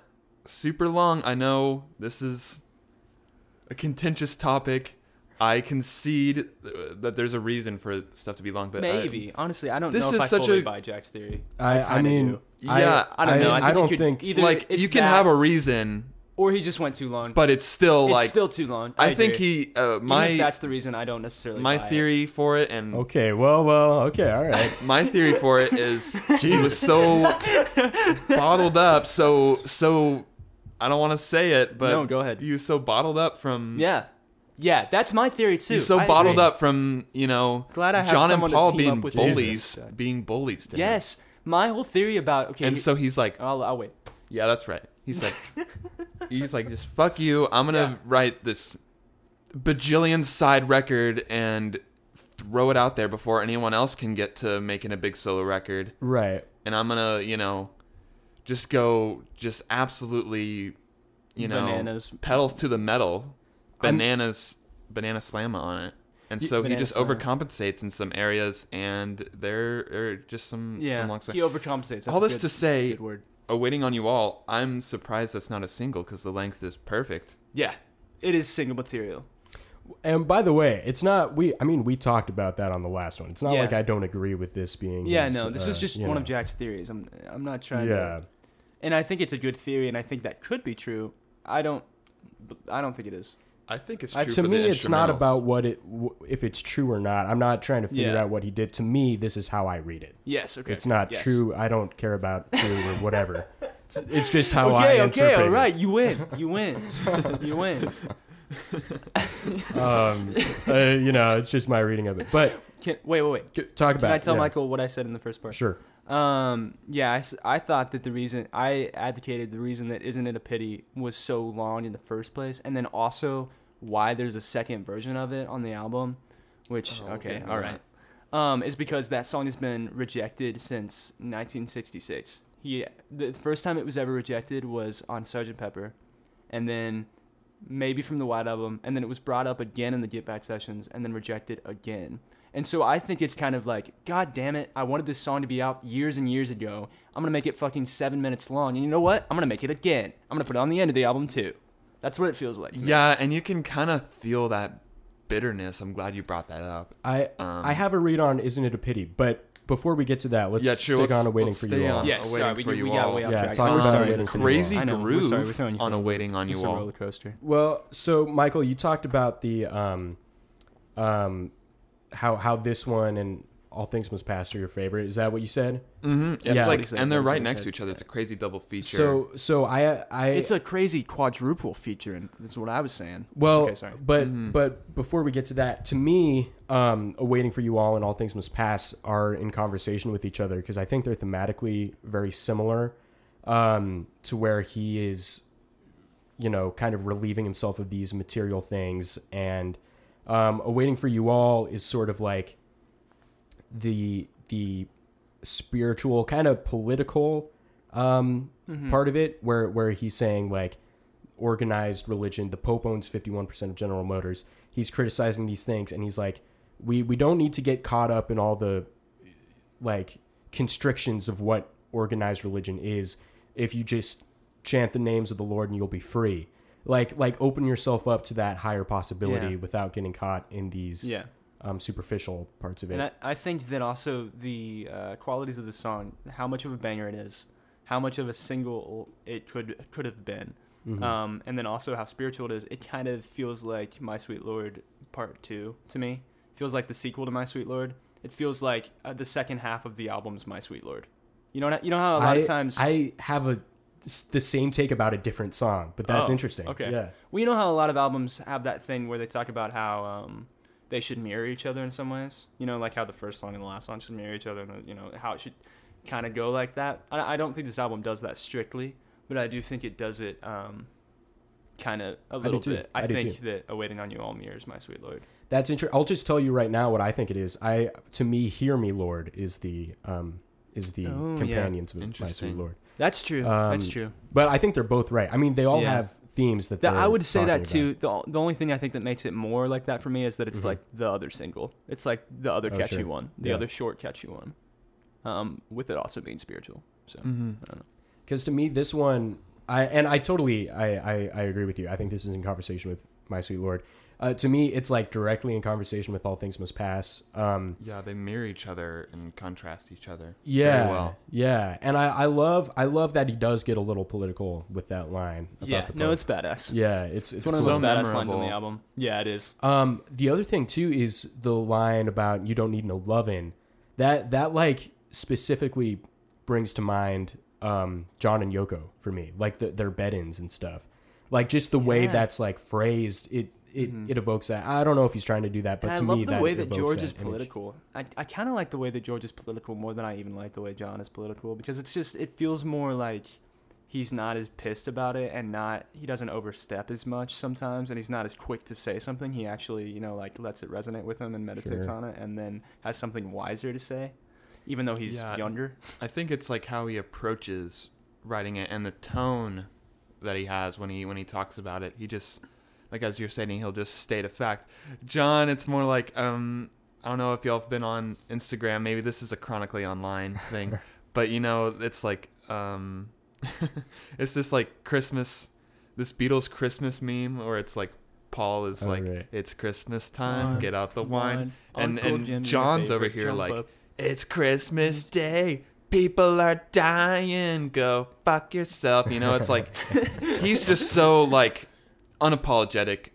super long. I know this is a contentious topic. I concede th- that there's a reason for stuff to be long, but I- Maybe honestly, I don't This know if is I such fully a- buy Jack's theory. I, I kinda mean, do. Yeah, I, I don't know. I I, think don't you could think. either- like it's you can that- have a reason, Or he just went too long. but it's still it's like still too long. I, I, think agree. he uh, Even if my that's the reason I don't necessarily. my buy it. theory for it and Okay. Well. Well. Okay. All right. my theory for it is he was so bottled up, so so I don't want to say it, but No, go ahead. He was so bottled up from Yeah, yeah, that's my theory too. He's so I bottled agree. up from you know Glad I have John and someone to Paul team being up with. bullies, Jesus. being bullies to him. Yes, my whole theory about okay. And you- so he's like, I'll, I'll wait. yeah, that's right. He's like, he's like, just fuck you. I'm gonna write this bajillion side record and throw it out there before anyone else can get to making a big solo record. right. And I'm gonna, you know, just go, just absolutely, you know, Bananas. pedals to the metal, I'm- bananas, banana slamma on it. And so he banana just slamma. overcompensates in some areas, and there are just some Yeah, some long he overcompensates. That's All a this good- to say, good word. awaiting on you all. I'm surprised that's not a single because the length is perfect. Yeah, it is single material. And by the way, it's not we. I mean, we talked about that on the last one. It's not Yeah. like I don't agree with this being. Yeah, his, no, this uh, is just you one know. of Jack's theories. I'm I'm not trying Yeah. to and I think it's a good theory and I think that could be true. I don't I don't think it is. I think it's true Uh, to for me, the it's not instrumentals. about what it w- if it's true or not. I'm not trying to figure Yeah. out what he did. To me, this is how I read it. Yes, okay. It's not yes. true. I don't care about true or whatever. It's, it's just how I Okay, okay, interpret all it. right, you win. You win. you win. Um, uh, you know, it's just my reading of it. But Can wait, wait, wait. c- talk about. Can I tell yeah. Michael what I said in the first part? Sure. Um, yeah, I, s- I thought that the reason I advocated the reason that isn't it a pity was so long in the first place, and then also why there's a second version of it on the album, which okay, all right, um, is because that song has been rejected since 1966. He the first time it was ever rejected was on Sgt. Pepper, and then maybe from the White Album, and then it was brought up again in the Get Back sessions, and then rejected again. And so I think it's kind of like, God damn it, I wanted this song to be out years and years ago. I'm gonna make it fucking seven minutes long, and you know what? I'm gonna make it again. I'm gonna put it on the end of the album too. That's what it feels like. Yeah, and you can kind of feel that bitterness. I'm glad you brought that up. I I have a read on. Isn't it a pity? But before we get to that, let's Um. Yeah, sure, stick let's- on a waiting let's for stay you all. on. Yes, Awaiting sorry, we, for we You got All. way off Yeah, track. talk I'm about sorry, Waiting this for is- You crazy I know, we're groove sorry, we're throwing you on for a a waiting on Just you a all. roller coaster. Well, so Michael, you talked about the um, um, how how this one and all things must pass are your favorite. Is that what you said? hmm It's Yeah. like, and they're That's what right he next said. to each other. It's a crazy double feature. So so I I It's a crazy quadruple feature, and that's what I was saying. well, okay, sorry. Mm-hmm. but but before we get to that, to me, um, waiting for you all and all things must pass are in conversation with each other because I think they're thematically very similar, um, to where he is, you know, kind of relieving himself of these material things, and um, awaiting for you all is sort of like the the spiritual kind of political um, Mm-hmm. part of it where where he's saying like organized religion the pope owns 51% of general motors he's criticizing these things and he's like we we don't need to get caught up in all the like constrictions of what organized religion is if you just chant the names of the lord and you'll be free like like open yourself up to that higher possibility Yeah. without getting caught in these Yeah. um, superficial parts of it And I, I think that also the uh, qualities of the song, how much of a banger it is, how much of a single it could could have been, Mm-hmm. um, and then also how spiritual it is. It kind of feels like My Sweet Lord Part Two to me. Feels like the sequel to My Sweet Lord. It feels like uh, the second half of the album's My Sweet Lord. You know, you know how a lot I, of times I have a s- the same take about a different song, but that's Oh, interesting. Okay. Yeah. Well, you know how a lot of albums have that thing where they talk about how um, they should mirror each other in some ways. You know, like how the first song and the last song should mirror each other, and the, you know how it should kind of go like that. I, I don't think this album does that strictly, but I do think it does it um, kind of a little too. bit. I, I do think too. that "A Waiting on You" all mirrors "My Sweet Lord." That's interesting. I'll just tell you right now what I think it is. I to me, "Hear Me, Lord" is the um is the Oh, yeah. companions of "My Sweet Interesting. Lord." That's true. Um, That's true. But I think they're both right. I mean, they all Yeah. have themes that. That, they're I would say talking that about. Mm-hmm. too. The, the only thing I think that makes it more like that for me is that it's like the other single. It's like the other Oh, catchy sure. one, the Yeah. other short catchy one, um, with it also being spiritual. So Mm-hmm. I don't know. Because to me, this one, I and I totally, I, I, I agree with you. I think this is in conversation with my sweet lord. Uh, to me, it's like directly in conversation with all things must pass. Um, Yeah, they mirror each other and contrast each other. yeah, Very well. yeah, and I, I love, I love that he does get a little political with that line. About yeah, the no, Pope. it's badass. yeah, it's It's one of so the most badass lines on memorable. the album. Yeah, it is. Um, the other thing too is the line about you don't need no lovin'. That that like specifically brings to mind um John and Yoko for me, like the, their bed-ins and stuff. Like just the way Yeah. Mm-hmm. that's like phrased, it it it evokes that. I don't know if he's trying to do that, but And I to love me the that way that evokes George that is image. political. I, I kind of like the way that George is political more than I even like the way John is political because it's just it feels more like he's not as pissed about it and not he doesn't overstep as much sometimes and he's not as quick to say something. He actually you know like lets it resonate with him and meditates Sure. on it and then has something wiser to say, even though he's Yeah. younger. I think it's like how he approaches writing it and the tone that he has when he when he talks about it. He just like as you're saying, he'll just state a fact. John, it's more like um I don't know if y'all have been on Instagram. Maybe this is a chronically online thing, but you know, it's like um it's this like Christmas this Beatles Christmas meme where it's like Paul is Oh, like right. it's Christmas time, Wine, get out the wine. wine. And Uncle and Jim, your John's over favorite here Trump like up. it's Christmas Day. People are dying. Go fuck yourself. You know, it's like he's just so like unapologetic,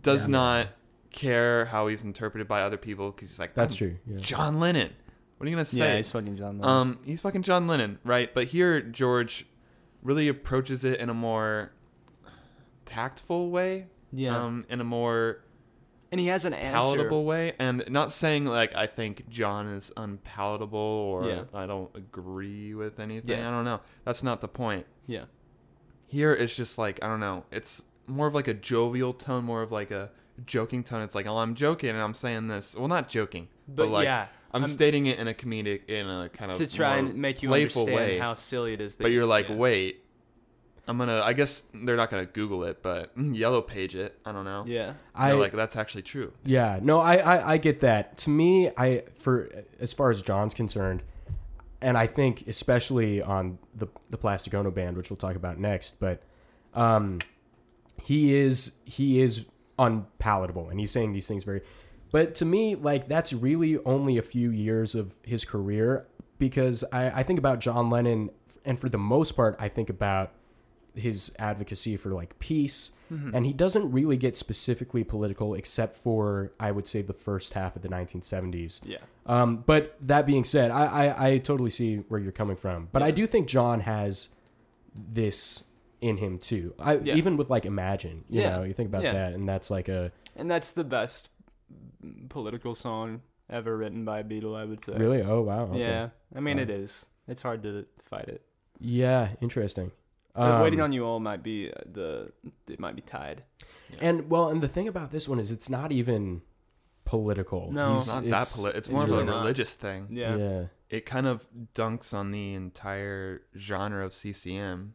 does not care how he's interpreted by other people because he's like That's "I'm true, yeah. John Lennon. What are you gonna say? Yeah, he's fucking John. Lennon. Um, he's fucking John Lennon, right? But here George really approaches it in a more tactful way. Yeah. Um, in a more and he has an answer. palatable way, and not saying like I think John is unpalatable or Yeah. I don't agree with anything. Yeah. I don't know. That's not the point. Yeah. Here it's just like I don't know. It's more of like a jovial tone, more of like a joking tone. It's like oh, I'm joking and I'm saying this. Well, not joking, but, But like yeah, I'm, I'm- stating it in a comedic, in a kind of To try more and make you playful understand way. how silly it is. That but you're like, yeah. wait, I'm gonna. I guess they're not gonna Google it, but mm, yellow page it. I don't know. Yeah. I I- like that's actually true. Yeah, no, I, I I get that. To me, I for as far as John's concerned, and I think especially on the the Plastic Ono band, which we'll talk about next, but um, he is he is unpalatable, and he's saying these things very. But to me, like that's really only a few years of his career because I, I think about John Lennon, and for the most part, I think about his advocacy for like peace and he doesn't really get specifically political except for i would say the first half of the 1970s Yeah. um, but that being said I, I, I totally see where you're coming from but i do think john has this in him too I, Yeah. even with like imagine you Yeah. know you think about Yeah. that and that's like a And that's the best political song ever written by a Beatle, I would say. really oh wow okay. Yeah. I mean, Wow. it is. It's hard to fight it. yeah interesting But Um, Waiting on You All might be uh, the. It might be tied. and well and the thing about this one is it's not even political No. He's- It's not that poli- It's it's more really of a not. religious thing. Yeah. yeah It kind of dunks on the entire genre of CCM,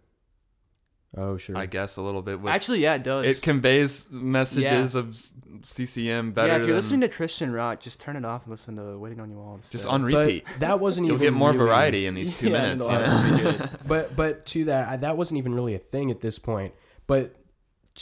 oh sure I guess, a little bit. With, Actually, yeah, it does. it conveys messages of s- CCM better yeah, if you're than listening to Christian rock, just turn it off and listen to Waiting on You All. Instead. just on But repeat. that wasn't You'll even get more really- variety in these two Yeah, minutes. You it'll know? actually be good. but but to that I, that wasn't even really a thing at this point but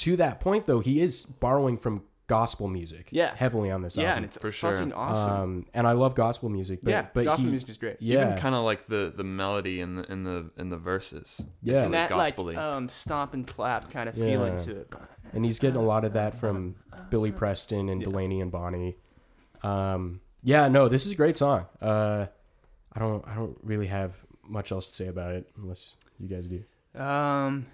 to that point though he is borrowing from gospel music. Yeah. heavily on this. yeah, album. and it's For sure. fucking awesome. Um, and I love gospel music. But, yeah, but gospel he, music is great. Yeah, Even kind of like the the melody in the in the in the verses. is Yeah. really and that like gospel-y. um, stomp and clap kind of Yeah. feeling to it. uh, and he's getting a lot of that from Billy Preston and Delaney and Bonnie. Um, yeah, no, this is a great song. Uh, I don't, I don't really have much else to say about it unless you guys do. Um,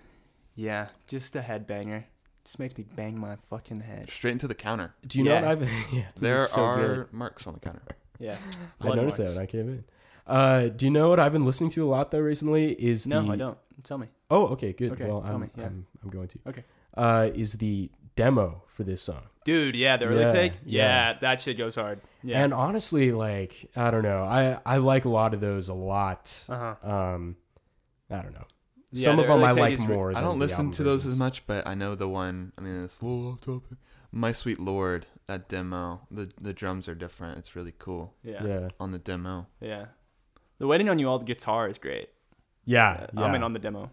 yeah, just a headbanger. Just makes me bang my fucking head. Straight into the counter. Do you Yeah. know what I've? yeah, this There is so are good. marks on the counter. Yeah, I noticed that when I came in. Uh, do you know what I've been listening to a lot though recently? Is No, the, I don't. Tell me. Oh, okay, good. Okay, well, tell I'm, me, yeah. I'm, I'm going to. Okay. Uh, is the demo for this song? Dude, yeah, the early Yeah, take. yeah. Yeah, that shit goes hard. Yeah. And honestly, like I don't know, I I like a lot of those a lot. uh-huh. Um, I don't know. Yeah, Some of the them early I take like is re- more. I than don't the listen album to those as versions. much, but I know the one. I mean, it's little October. My Sweet Lord. That demo. The the drums are different. It's really cool Yeah. yeah. Yeah, on the demo. The Waiting on You All the guitar is great. yeah. Uh, yeah. Uh, I mean on the demo.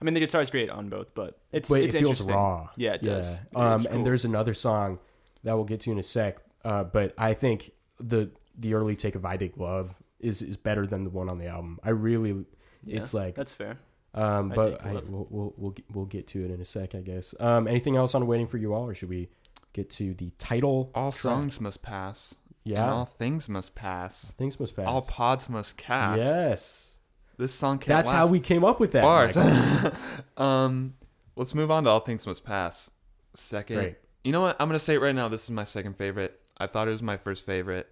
I mean the guitar is great on both, but it's But it's it feels interesting. raw. Yeah, it does. It Um, is cool. and there's another song that we'll get to in a sec. Uh, but I think the the early take of "I Dig Love" is is better than the one on the album. I really, Yeah, it's like, that's fair. um, I but Dig I, Love. we'll, we'll we'll get, we'll get to it in a sec, I guess. Um, anything else on "Waiting for You All," or should we get to the title? All track? songs must pass. and yeah. all things must pass. Things must pass. All pods must cast. Yes. This song can't That's how last. we came up with that. bars. Michael. um, let's move on to All Things Must Pass. Second, Great. you know what? I'm gonna say it right now. This is my second favorite. I thought it was my first favorite.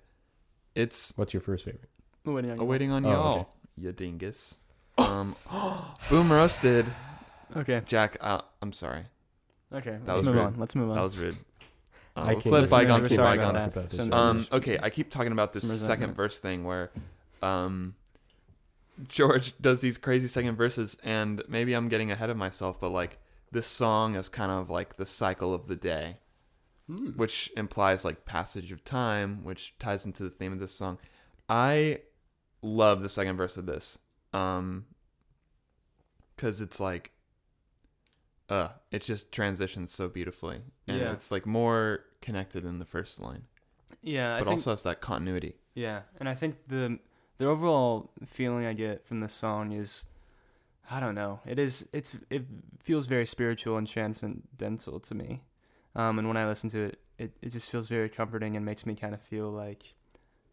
It's What's your first favorite? Waiting on You. a waiting on Oh, y'all, okay. you dingus. Um, boom roasted, All. Okay. Jack. Uh, I'm sorry, Okay. Let's was move rude. on. Let's move on. that was rude. Um, I let's can't- let Listeners, bygones we're be sorry about bygones. that. Some- Um, okay, I keep talking about this Some resentment. second verse thing where um, George does these crazy second verses, and maybe I'm getting ahead of myself, but like this song is kind of like the cycle of the day, Hmm. which implies like passage of time, which ties into the theme of this song. I love the second verse of this um, because it's like uh it just transitions so beautifully and Yeah. it's like more connected than the first line yeah, I but think also it's that continuity. Yeah, and I think the the overall feeling I get from this song is, I don't know, it is it's it feels very spiritual and transcendental to me, um, and when I listen to it, it, it just feels very comforting and makes me kind of feel like,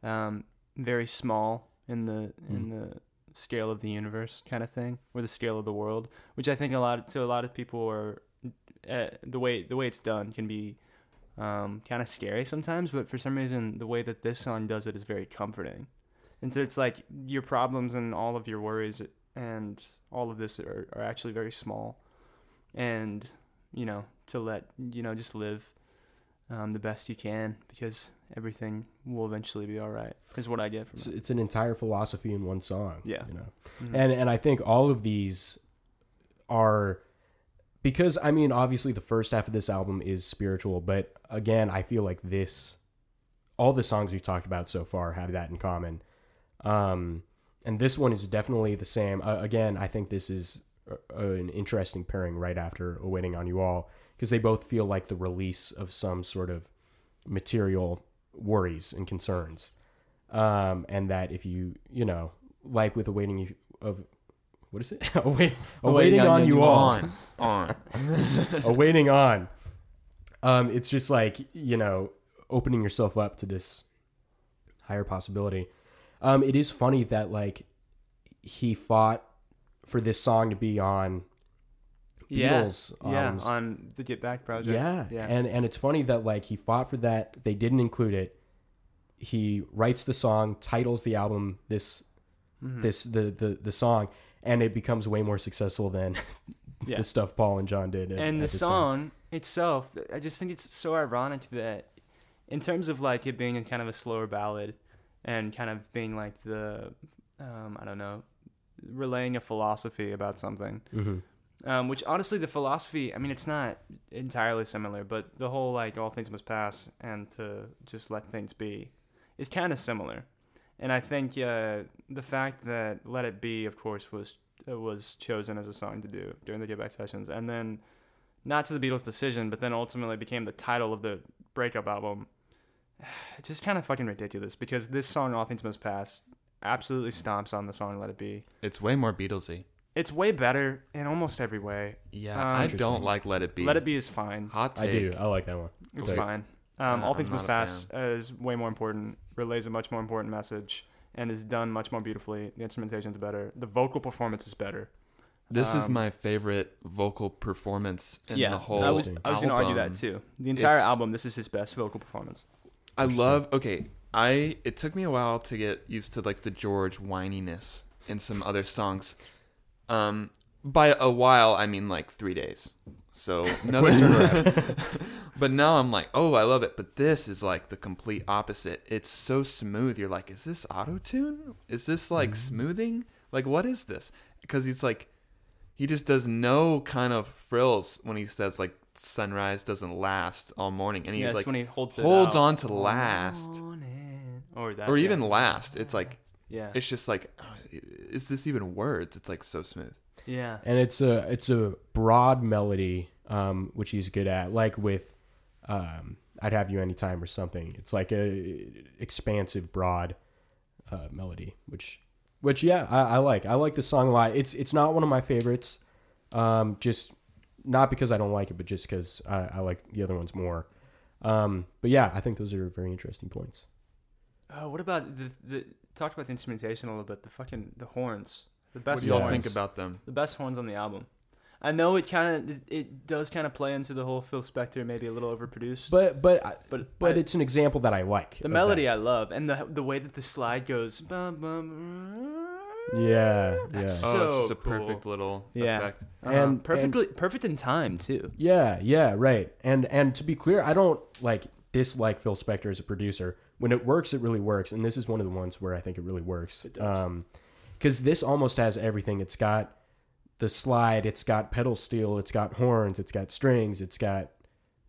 um, very small in the in the scale of the universe kind of thing or the scale of the world, which I think a lot to a lot of people are uh, the way the way it's done can be um, kind of scary sometimes, but for some reason, the way that this song does it is very comforting. And so it's like your problems and all of your worries and all of this are, are actually very small. And, you know, to let, you know, just live um, the best you can because everything will eventually be all right, is what I get It's, from it. it's an entire philosophy in one song. Yeah. You know. Mhm. And and I think all of these are because I mean obviously the first half of this album is spiritual, but again, I feel like this all the songs we've talked about so far have that in common. Um and this one is definitely the same. Uh, again, I think this is a- an interesting pairing right after A Waiting on You All because they both feel like the release of some sort of material worries and concerns. Um, and that if you, you know, like with awaiting you of what is it? Await, awaiting on you all, On, on. awaiting on. Um, it's just like, you know, opening yourself up to this higher possibility. Um, it is funny that like he fought for this song to be on Beatles yeah. um, yeah, albums. on the Get Back project. Yeah. Yeah. And and it's funny that like he fought for that, they didn't include it. He writes the song, titles the album this Hmm. Mm-hmm. this the, the the song, and it becomes way more successful than Yeah. the stuff Paul and John did. and at- uh, at the this time. song itself i just think it's so ironic that in terms of like it being a kind of a slower ballad and kind of being like the um, i don't know relaying a philosophy about something Mm-hmm. um, which honestly the philosophy i mean it's not entirely similar but the whole like all things must pass and to just let things be is kind of similar and i think uh, the fact that let uh, it be of course was was chosen as a song to do during the get back sessions and then not to the Beatles' decision, but then ultimately became the title of the breakup album. It's just kind of fucking ridiculous because this song, All Things Must Pass, absolutely stomps on the song Let It Be. It's way more Beatlesy. It's way better in almost every way. Yeah, Um, I Ah, Interesting. don't like Let It Be. Let It Be is fine. Hot I take. do. I like that one. It's Like, fine. Um, All I'm Things Must not a Pass is way more important, relays a much more important message, and is done much more beautifully. The instrumentation's better. The vocal performance is better. This is Um, my favorite vocal performance in the whole. I was, I was going to argue album. that too. The entire It's- album, this is his best vocal performance. I love. Okay, I it took me a while to get used to like the George whininess in some other songs. Um, by a while I mean like three days. So no, but now I'm like, oh, I love it. But this is like the complete opposite. It's so smooth. You're like, is this auto tune? Is this like smoothing? Like, what is this? Because he's like, he just does no kind of frills when he says like sunrise doesn't last all morning, and he yes, like when he holds it holds out. on to last or that, or yeah. even last it's like yeah, it's just like oh, is this even words it's like so smooth yeah, and it's a it's a broad melody um, which he's good at like with um, i'd have you anytime or something it's like a expansive broad uh, melody which which yeah I, I like i like this song a lot it's it's not one of my favorites um, just not because i don't like it but just because I, I like the other ones more um, but yeah i think those are very interesting points Oh, what about the the talked about the instrumentation a little bit? The fucking the horns, the best. what do y'all Yeah. horns. think about them the best horns on the album? I know it kind of it does kind of play into the whole Phil Spector maybe a little overproduced, but but I- But but I- it's an example that i like the of melody that. I love and the the way that the slide goes. Bum, bum, yeah yeah That's- oh it's So just a cool. perfect little Yeah. effect uh, And- perfectly perfect in time too. Yeah, yeah, right. And and to be clear, I don't like dislike Phil Spector as a producer. When it works, it really works, and this is one of the ones where I think it really works. It does. because this almost has everything. It's got the slide, it's got pedal steel, it's got horns, it's got strings, it's got.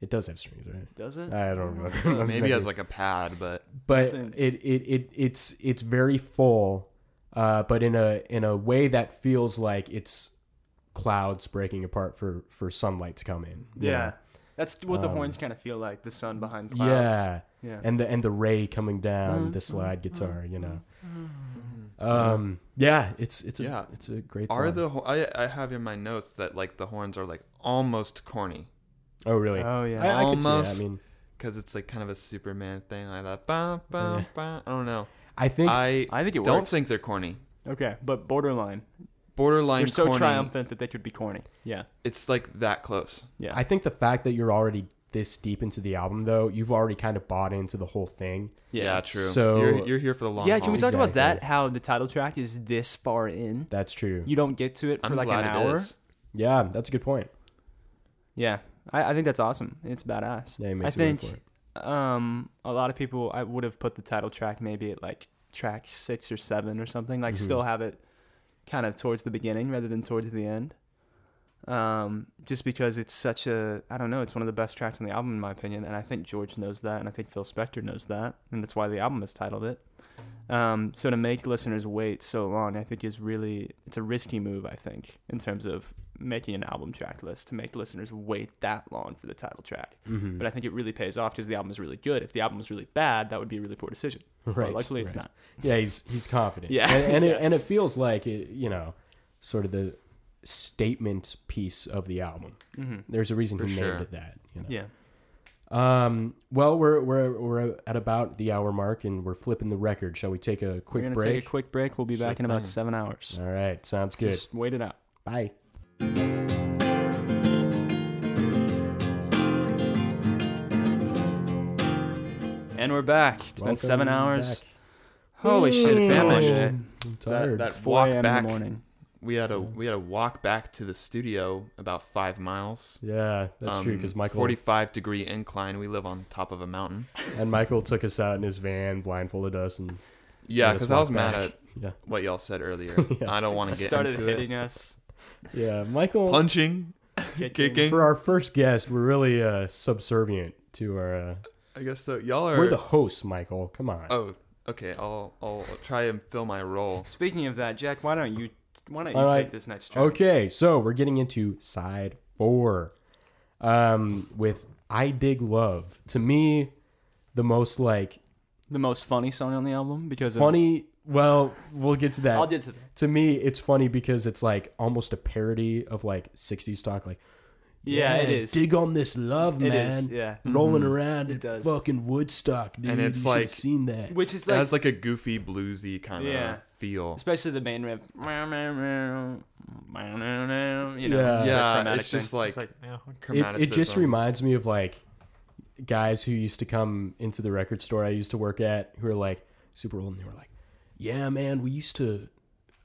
It does have strings, right? Does it? Uh, I don't remember. maybe as like a pad but but think. it, it it it's it's very full, uh, but in a in a way that feels like it's clouds breaking apart for for sunlight to come in. you yeah. know? That's what the Um, horns kind of feel like, the sun behind clouds. Yeah. Yeah. and the and the ray coming down the slide guitar you know um yeah it's it's a Mm-hmm. Yeah. it's a great are song. the ho- I, I have in my notes that like the horns are like almost corny oh really Oh, yeah. I, I could see that. Almost. i mean because it's like kind of a superman thing like that bah, bah, Yeah. bah. i don't know i think i I think it don't works. think they're corny Okay, but borderline. borderline They're so corny triumphant that they could be corny. Yeah. it's like that close Yeah. i think the fact that you're already this deep into the album though you've already kind of bought into the whole thing yeah, true So- you're, you're here for the long yeah, can we haul. talk about that? Exactly. How the title track is this far in. that's true You don't get to it for i'm like glad an it hour. is. yeah that's a good point Yeah. I, I think that's awesome. It's badass. yeah it makes I you think wait for it. um a lot of people I would have put the title track maybe at like track six or seven or something. Like Mhm. still have it kind of towards the beginning rather than towards the end. Um, just because it's such a I don't know, it's one of the best tracks on the album in my opinion, and I think George knows that, and I think Phil Spector knows that, and that's why the album is titled it. Um, so to make listeners wait so long, I think is really it's a risky move. I think in terms of making an album track list to make listeners wait that long for the title track. But I think it really pays off because the album is really good. If the album was really bad, that would be a really poor decision. But Right, luckily, it's right. not. yeah he's he's confident Yeah. and, and it and it feels like it, you know sort of the statement piece of the album Mhm. there's a reason Mm-hmm. For he sure. named it that you know Yeah. Um, well, we're we're we're at about the hour mark, and we're flipping the record. Shall we take a We're quick gonna break? take a quick break. We'll be Sure back in about thing. seven hours. All right, sounds good. Just wait it out. Bye. And we're back. It's been seven Welcome hours. back. Holy shit! It's been a long Famished. day. I'm tired. that- It's four walk a.m. in back. the morning. we had a we had a walk back to the studio about five miles. yeah, that's true. Um, Because Michael forty-five degree incline. We live on top of a mountain. and Michael took us out in his van, blindfolded us, and Yeah, let us because I was walk mad back. at yeah, what y'all said earlier. Yeah. I don't want to get Started into hitting it. us. yeah. Michael, Punching, kicking. for our first guest, we're really uh, subservient to our. Uh, I guess so. Y'all are. we're the hosts, Michael. Come on. oh, okay. I'll I'll try and fill my role. Speaking of that, Jack, why don't you why don't you All right. take this next track? Okay, so we're getting into side four. um, with "I Dig Love." To me, the most like The most funny song on the album because of- funny. Well, we'll get to that. I'll get to that. To me, it's funny because it's like almost a parody of like '60s talk. Like, Yeah, it is. Dig on this love, It man. is, yeah. rolling around at does. fucking Woodstock, dude. Mm-hmm. And it's You should've like- seen that. Which is It like, has like a goofy bluesy kind of Yeah. feel. especially the main riff. You know, Yeah. just that Yeah, chromatic it's just thing. like, yeah. It, it just chromaticism. reminds me of like guys who used to come into the record store I used to work at who are like super old and they were like, "Yeah, man, we used to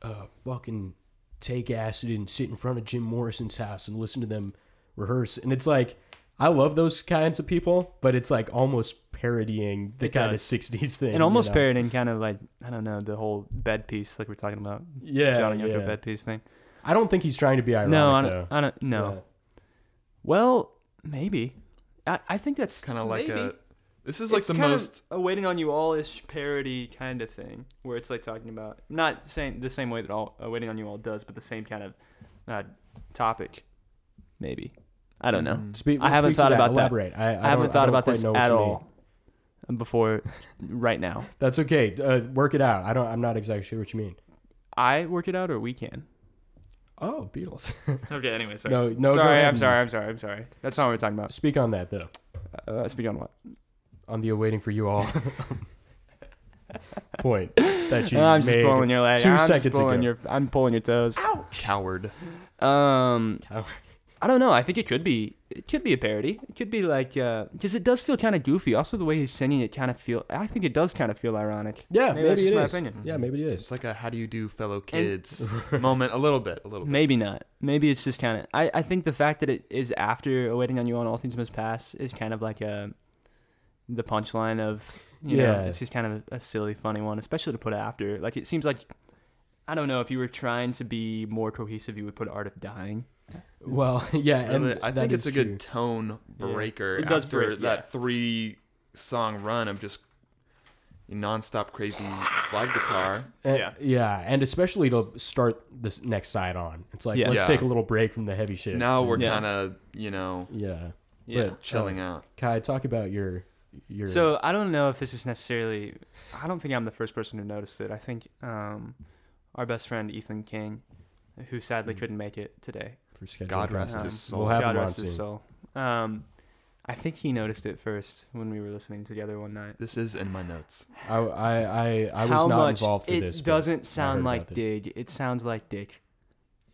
uh, fucking take acid and sit in front of Jim Morrison's house and listen to them rehearse." And it's like, I love those kinds of people, but it's like almost parodying the It kind does. of '60s thing, and almost you know? parodying kind of like I don't know the whole bed piece like we're talking about Yeah, Johnny Yoko yeah. bed piece thing. I don't think he's trying to be ironic. no, I though. don't, I don't. No. Yeah. Well, maybe. I, I think that's kind of like maybe. a. This is like It's the kind of most. a waiting on you all ish parody kind of thing where it's like talking about not saying the same way that all uh, waiting on you all does, but the same kind of uh, topic. Maybe I don't know. Speak- I haven't speak to thought that. about that. Elaborate. Mm, I, I, I, haven't thought don't- don't about quite this know what at you mean. all before right now. That's okay. Uh, work it out. I don't. I'm not exactly sure what you mean. I work it out, or we can. Oh, Beatles. Okay. Anyway, sorry. No, no, go Sorry, ahead I'm and- sorry. I'm sorry. I'm sorry. That's not what we're talking about. Speak on that though. Uh, speak on what? On the awaiting for you all point that you I'm just made pulling your leg. two I'm just seconds pulling ago. your. I'm pulling your toes. mm, Coward. Um, Coward. I don't know. I think it could be. It could be a parody. It could be like because it does feel kind of goofy. Also, the way he's singing it kind of feel. I think it does kind of feel ironic. yeah, Maybe that's maybe, it just my is. opinion. Yeah, maybe it It's is. like a how do you do fellow kids moment. A little bit. A little bit. Maybe not. Maybe it's just kind of. I, I think the fact that it is after "Waiting on You" on All Things Must Pass is kind of like a the punchline of you know Yeah. it's just kind of a, silly, funny one, especially to put after. Like it seems like I don't know if you were trying to be more cohesive, you would put "Art of Dying." Well, yeah, and I that think it's is a good true. tone breaker It does after break, that yeah. three song run of just nonstop crazy slide guitar. And- yeah. yeah, and especially to start this next side on. It's like Yeah. let's Yeah. take a little break from the heavy shit. Now we're Yeah. kind of you know yeah, Yeah. But, chilling out. Kai, talk about your your. So I don't know if this is necessarily. I don't think I'm the first person who noticed it. I think um, our best friend Ethan King, who sadly couldn't make it today, for schedule God purposes. rest Um, his soul. Hmm. We'll have God him on rest his soon. soul. Um, I think he noticed it first when we were listening together one night. This is in my notes. I I I, I was How not much involved for it this. but I doesn't heard sound about like this. Dig. It sounds like Dick.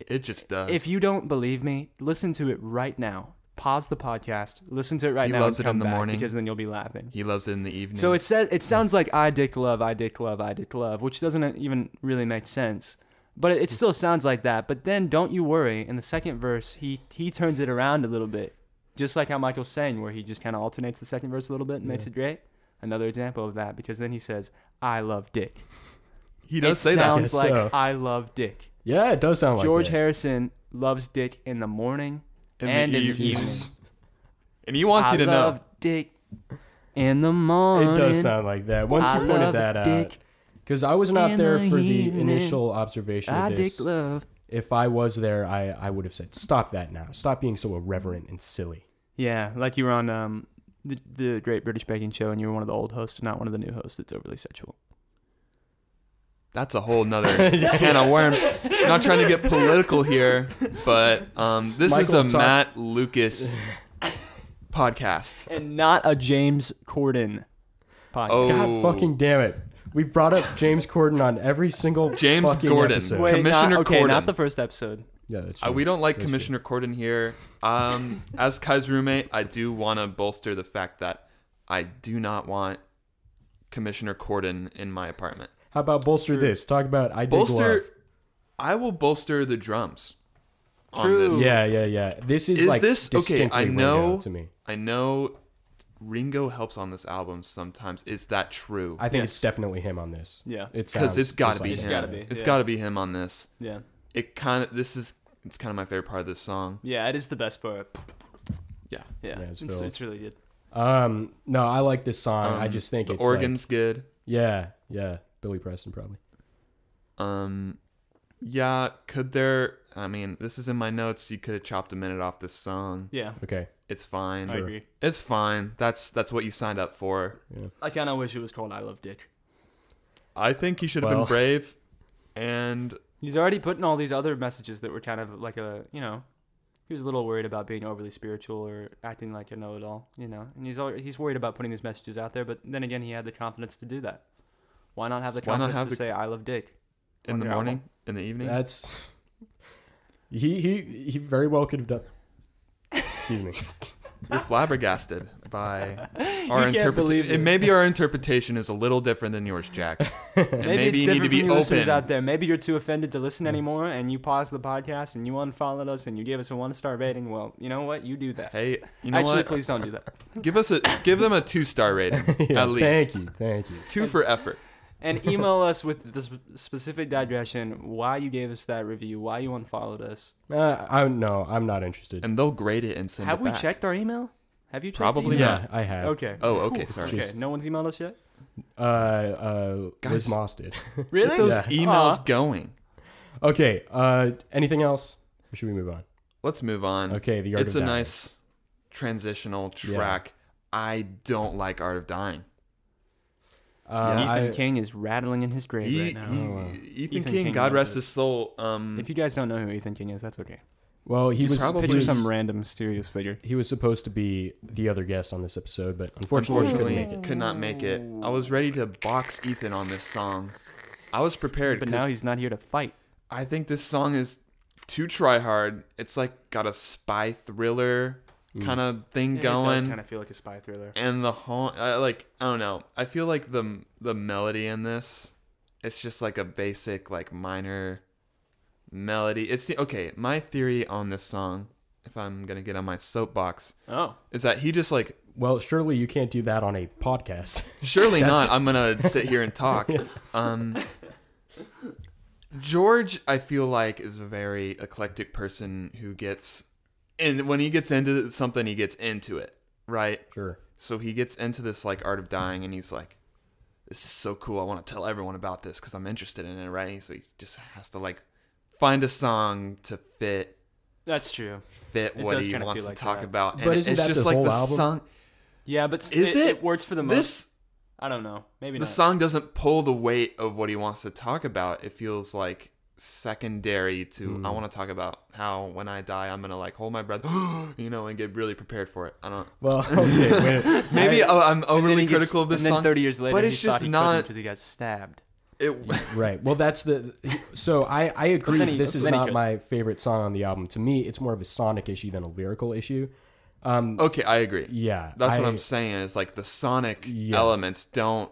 It just does. If you don't believe me, listen to it right now. Pause the podcast. Listen to it right He now. loves and it in come the back, morning. because then you'll be laughing. he loves it in the evening. So it says it sounds like I dick love, I dick love, I dick love, which doesn't even really make sense. But it, it still sounds like that. But then don't you worry, in the second verse he he turns it around a little bit. Just like how Michael's saying, where he just kinda alternates the second verse a little bit and makes it great. Another example of that, because then he says, I love dick. he does it say that. sounds Yes, like so. I love dick. Yeah, it does sound like George that. Harrison loves dick in the morning In the and in the evenings. evening. And he wants I you to love know. dick in the morning. It does sound like that. Once I you pointed love that out, dick because I was not in there the for the evening. initial observation I of dick this. love. If I was there, I I would have said, "Stop that now! Stop being so irreverent and silly." Yeah, like you were on um the, the Great British Baking Show, and you were one of the old hosts, not one of the new hosts that's overly sexual. That's a whole nother can of worms. I'm not trying to get political here, but um, this is Michael a talk- Matt Lucas podcast. And not a James Corden podcast. Oh, God fucking damn it! We brought up James Corden on every single James fucking Gordon. Episode. Wait. Commissioner not, okay, Corden. not the first episode. Yeah, that's I, Uh, we true. don't like That's Commissioner Corden here. Um, as Kai's roommate, I do want to bolster the fact that I do not want Commissioner Corden in my apartment. good. How about bolster this? Talk about I dig Bolster, love. I will bolster the drums. True. On this. Yeah, yeah, yeah. This is, Is like this okay? distinctly I Ringo know. to me. I know. Ringo helps on this album sometimes. Is that true? I think Yes. it's definitely him on this. Yeah. it Because sounds it's got just to be like him. It's that. gotta be, It's yeah. got to be him on this. Yeah, It kind of. This is. It's kind of my favorite part of this song. yeah, it is the best part. Yeah. Yeah, it's it's, filled. it's really good. Um, no, I like this song. I Um, just think the it's like- organ's good. Yeah, yeah. Billy Preston probably. Um, yeah, could there? I mean, this is in my notes. You could have chopped a minute off this song. Yeah, Okay. It's fine. I agree. It's fine. That's that's what you signed up for. I kind of wish it was called I Love Dick. I think he should have Well. been brave. And He's already putting all these other messages that were kind of like a, you know, he was a little worried about being overly spiritual or acting like a know-it-all, you know. And he's al- he's worried about putting these messages out there, but then again, he had the confidence to do that. Why not have the Why not confidence have to the- say I love Dick? in the Okay, I morning, in the evening, That's he he he very well could have done. Excuse me. you're flabbergasted by our can't believe interpretation. this. Maybe our interpretation is a little different than yours, Jack. And Maybe, it's maybe you different need to be from you listeners open. Mm. out there. Maybe you're too offended to listen anymore, and you paused the podcast and you unfollowed us and you gave us a one-star rating. Well, you know what? You do that. Hey, you know Actually, what? please don't do that. Give us a give them a two star rating Yeah, at least. Thank you. Thank you. Two for effort. and email us with the sp- specific digression why you gave us that review, why you unfollowed us. Uh, I no, I'm not interested. and they'll grade it and send Have it we back. checked our email? Have you checked the Probably email? yeah, I have. Okay. Oh, okay, sorry. Okay. No one's emailed us yet. Uh, uh, Liz Guys. Moss did. Really? Get those e- Yeah. emails Aw. going. okay. Uh, anything else? Or should we move on? Let's move on. Okay, The Art Mm. it's of a Dying. nice transitional track. I don't like Art of Dying. Uh, Ethan I- King is rattling in his grave E- right now. Oh, E- Ethan, King, King God knows rest it. his soul. Um, If you guys don't know who Ethan King is, that's okay. Well, he Just was probably- he Picture was- some random mysterious figure. He was supposed to be the other guest on this episode, but unfortunately, unfortunately, he couldn't make it. could not make it. I was ready to box Ethan on this song. I was prepared, But now 'cause he's not here to fight. I think this song is too try hard. It's like got a spy thriller kind of thing It going. does kind of feel like a spy thriller. and the whole I like I don't know. I feel like the the melody in this, it's just like a basic like minor melody. It's the, okay. My theory on this song, if I'm gonna get on my soapbox, Oh. is that he just like Well, surely you can't do that on a podcast. surely not. I'm gonna sit here and talk. Um, George, I feel like is a very eclectic person who gets, and when he gets into something, he gets into it, right? sure. So he gets into this like art of dying, and he's like, "This is so cool. I want to tell everyone about this because I'm interested in it." Right? So he just has to like find a song to fit That's true. fit It what does he kinda wants feel to like talk that. about. But isn't it's that just the like whole the album? song. Yeah, but s- Is it, it? works for the most. This I don't know. Maybe the not. song doesn't pull the weight of what he wants to talk about. It feels like secondary to Hmm. I want to talk about how when I die I'm gonna like hold my breath, you know, and get really prepared for it. I don't. Well, okay. Wait, Maybe I, am And then overly he gets- critical of this and then song. 30 years later, but it's he thought just he not. because he got stabbed. It, right. Well, that's the. So I I agree. then he- this is then he not could- my favorite song on the album. To me, it's more of a sonic issue than a lyrical issue. Okay, I agree. Yeah, That's what I- I'm saying is like the sonic Yeah. elements don't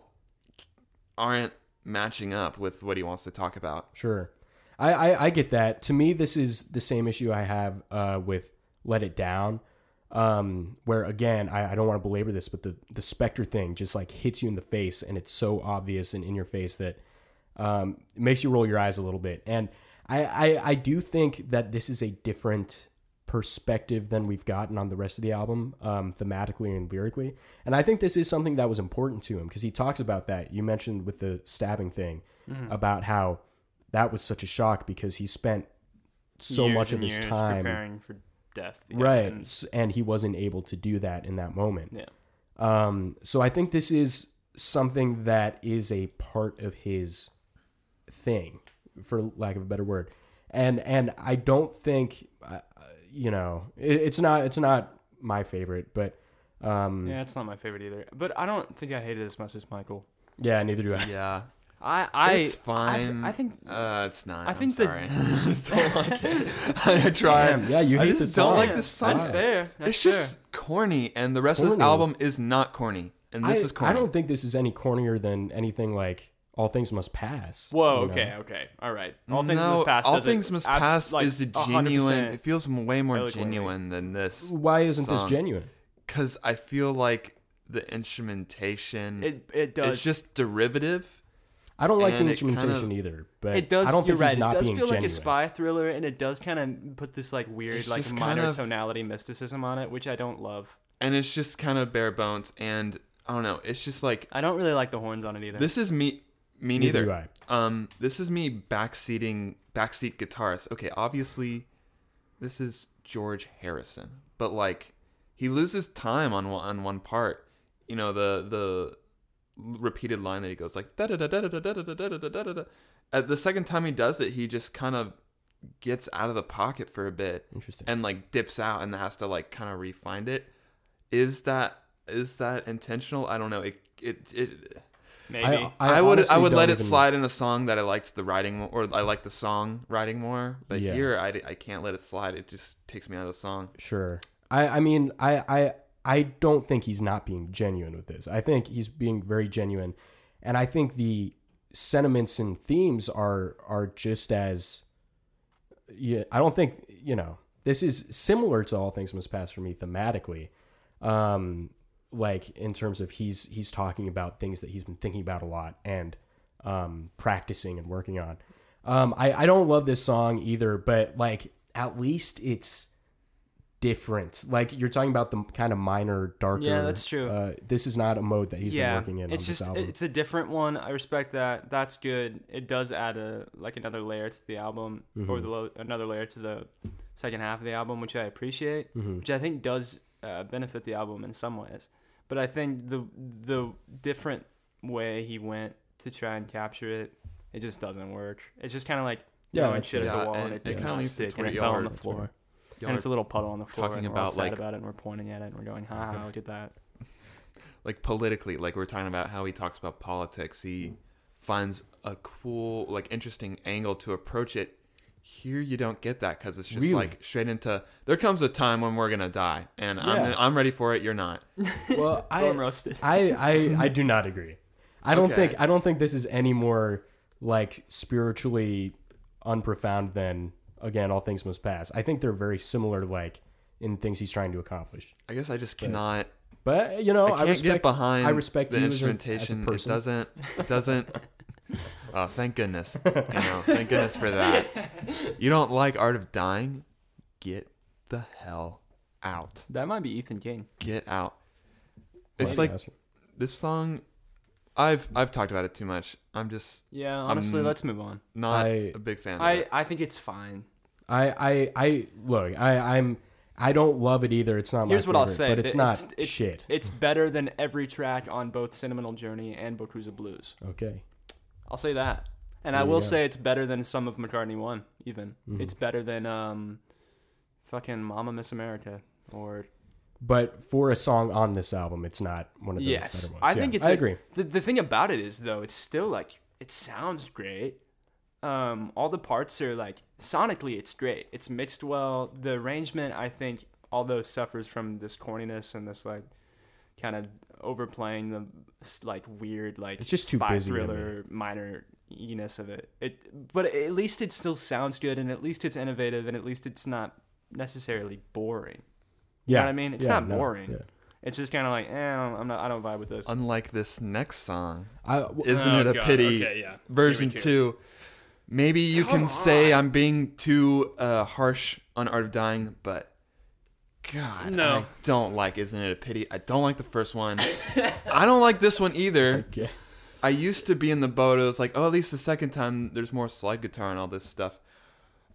aren't matching up with what he wants to talk about. Sure, I, I I get that. To me, this is the same issue I have uh, with "Let It Down," um, where again I, I don't want to belabor this, but the the Spectre thing just like hits you in the face, and it's so obvious and in your face that um, it makes you roll your eyes a little bit. And I, I I do think that this is a different perspective than we've gotten on the rest of the album um, thematically and lyrically and i think this is something that was important to him because he talks about that you mentioned with the stabbing thing Mm-hmm. about how that was such a shock because he spent so years much of and his years time preparing for death. yeah, right and- s- and he wasn't able to do that in that moment yeah. um so i think this is something that is a part of his thing for lack of a better word and and i don't think uh, uh, you know it, it's not it's not my favorite but um yeah, Yeah, it's not my favorite either. But I don't think I hate it as much as Michael. neither do i Yeah. I I it's fine. I, th- I think uh, it's not. I I think think the- am sorry. I don't like it. I try. Damn, yeah you I hate just this don't song. like this song. That's fair. That's it's just corny, and the rest of this Corny. album is not corny, and this I, is corny. I don't think this is any cornier than anything like all things must pass fair. Whoa. you know? Okay. Okay. All right. All things no, must pass. all does it things must abs- pass like, is a 100% genuine. It feels m- way more eloquently. genuine than this. why isn't this song. genuine Because I feel like the instrumentation It it does. it's just derivative. I don't like the And it instrumentation kinda- either, but It does. I don't you're think right. he's not it does being feel like a genuine. spy thriller, and it does kind of put this like weird, It's like just minor kind of- tonality mysticism on it, which I don't love. and it's just kind of bare bones and i don't know it's just like I don't really like the horns on it either. this is me me Neither neither, do I. um this is me backseating backseat guitarist okay obviously this is george harrison but like he loses time on one, on one part. You know the the repeated line that he goes like da da da da da da da da da da da da. At the second time he does it, he just kind of gets out of the pocket for a bit Interesting. and like dips out and has to like kind of refind it. Is that is that intentional? I don't know. It it it. Maybe. I, would I honestly would let don't it even- slide in a song that I liked the writing mo- or I liked the song writing more, but Yeah. here I, d- I can't let it slide. It just takes me out of the song. Sure. I, I mean, I, I, I don't think he's not being genuine with this. I think he's being very genuine, and I think the sentiments and themes are are just as. Yeah, I don't think you know this is similar to all things must pass for me thematically, um, like in terms of he's he's talking about things that he's been thinking about a lot and um, practicing and working on. Um, I I don't love this song either, but like at least it's different. Like you're talking about the kind of minor, darker. Yeah, that's true. Uh, this is not a mode that he's yeah, been working in. it's on just this album. it's a different one. I respect that. That's good. It does add a like another layer to the album, or the lo- another layer to the second half of the album, which I appreciate, which I think does uh, benefit the album in some ways. But I think the the different way he went to try and capture it, it just doesn't work. It's just kind of like Yeah, throwing that's- shit at yeah, the wall and, and it it did kinda not leaves stick it and where it you fell are. on the That's floor. Y'all And are it's a little puddle on the floor. talking and we're all about, sad like- about it, and we're pointing at it, and we're going, "Ha ha, look at that." like politically, like we're talking about how he talks about politics. He finds a cool, like interesting angle to approach it. Here you don't get that because it's just Really? like straight into. There comes a time when we're gonna die, and I'm Yeah. I'm ready for it. You're not. well, I, Dorm roasted. I, I, I do not agree. I don't Okay. think I don't think this is any more like spiritually unprofound than again all things must pass. I think they're very similar, like in things he's trying to accomplish. I guess I just cannot. But you know, Oh, I, I can't respect get behind. I respect the you as a- instrumentation. As a, person. It doesn't. It doesn't. oh, thank goodness. You know, thank goodness for that. You don't like Art of Dying? Get the hell out. That might be Ethan King. Get out. Well, It's like yes. this song I've I've talked about it too much. I'm just Yeah, honestly, Um, let's move on. not I- a big fan of I, it. I think it's fine. I, I, I look. I, I'm. I don't love it either. It's not Here's my what I'll favorite, say. but it's not it's, shit. It's better than every track on both Sentimental Journey and Bokuza Blues. okay. I'll say that. And I There you will go. Mm-hmm. say it's better than some of McCartney 1, even. It's better than um, fucking Mama Miss America. Or But for a song on this album, it's not one of the yes, better ones. I Yeah, think it's. I a- agree. The, the thing about it is though, it's still like it sounds great. Um, all the parts are like sonically, it's great. It's mixed well. The arrangement, I think, although suffers from this corniness and this like kind of overplaying the s- like weird like It's just too spy busy to thriller minor eness of it. It, but at least it still sounds good, and at least it's innovative, and at least it's not necessarily boring. you Yeah, know what I mean, it's Yeah, not no, boring. yeah. It's just kind of like, eh, I don't, I'm not, I don't vibe with this. Unlike this next song, I, w- isn't Oh, it a God. pity? Okay, yeah. Version two. Maybe you can say I'm being too uh, harsh on Art of Dying, but God, No. I don't like Isn't It a Pity. I don't like the first one. I don't like this one either. okay. I used to be in the boat. It was like, oh, at least the second time there's more slide guitar and all this stuff.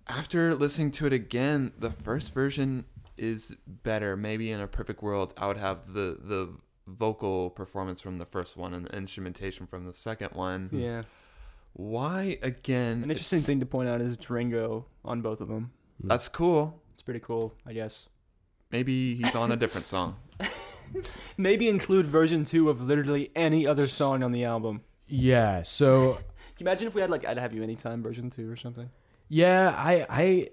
After listening to it again, the first version is better. Maybe in a perfect world, I would have the the vocal performance from the first one and the instrumentation from the second one. Yeah. Why again? An interesting it's- thing to point out is Dringo on both of them. That's cool. It's pretty cool, I guess. Maybe he's on a different song. Maybe include version two of literally any other song on the album. yeah. So Can you imagine if we had like "I'd Have You Anytime" version two or something? yeah, I, I,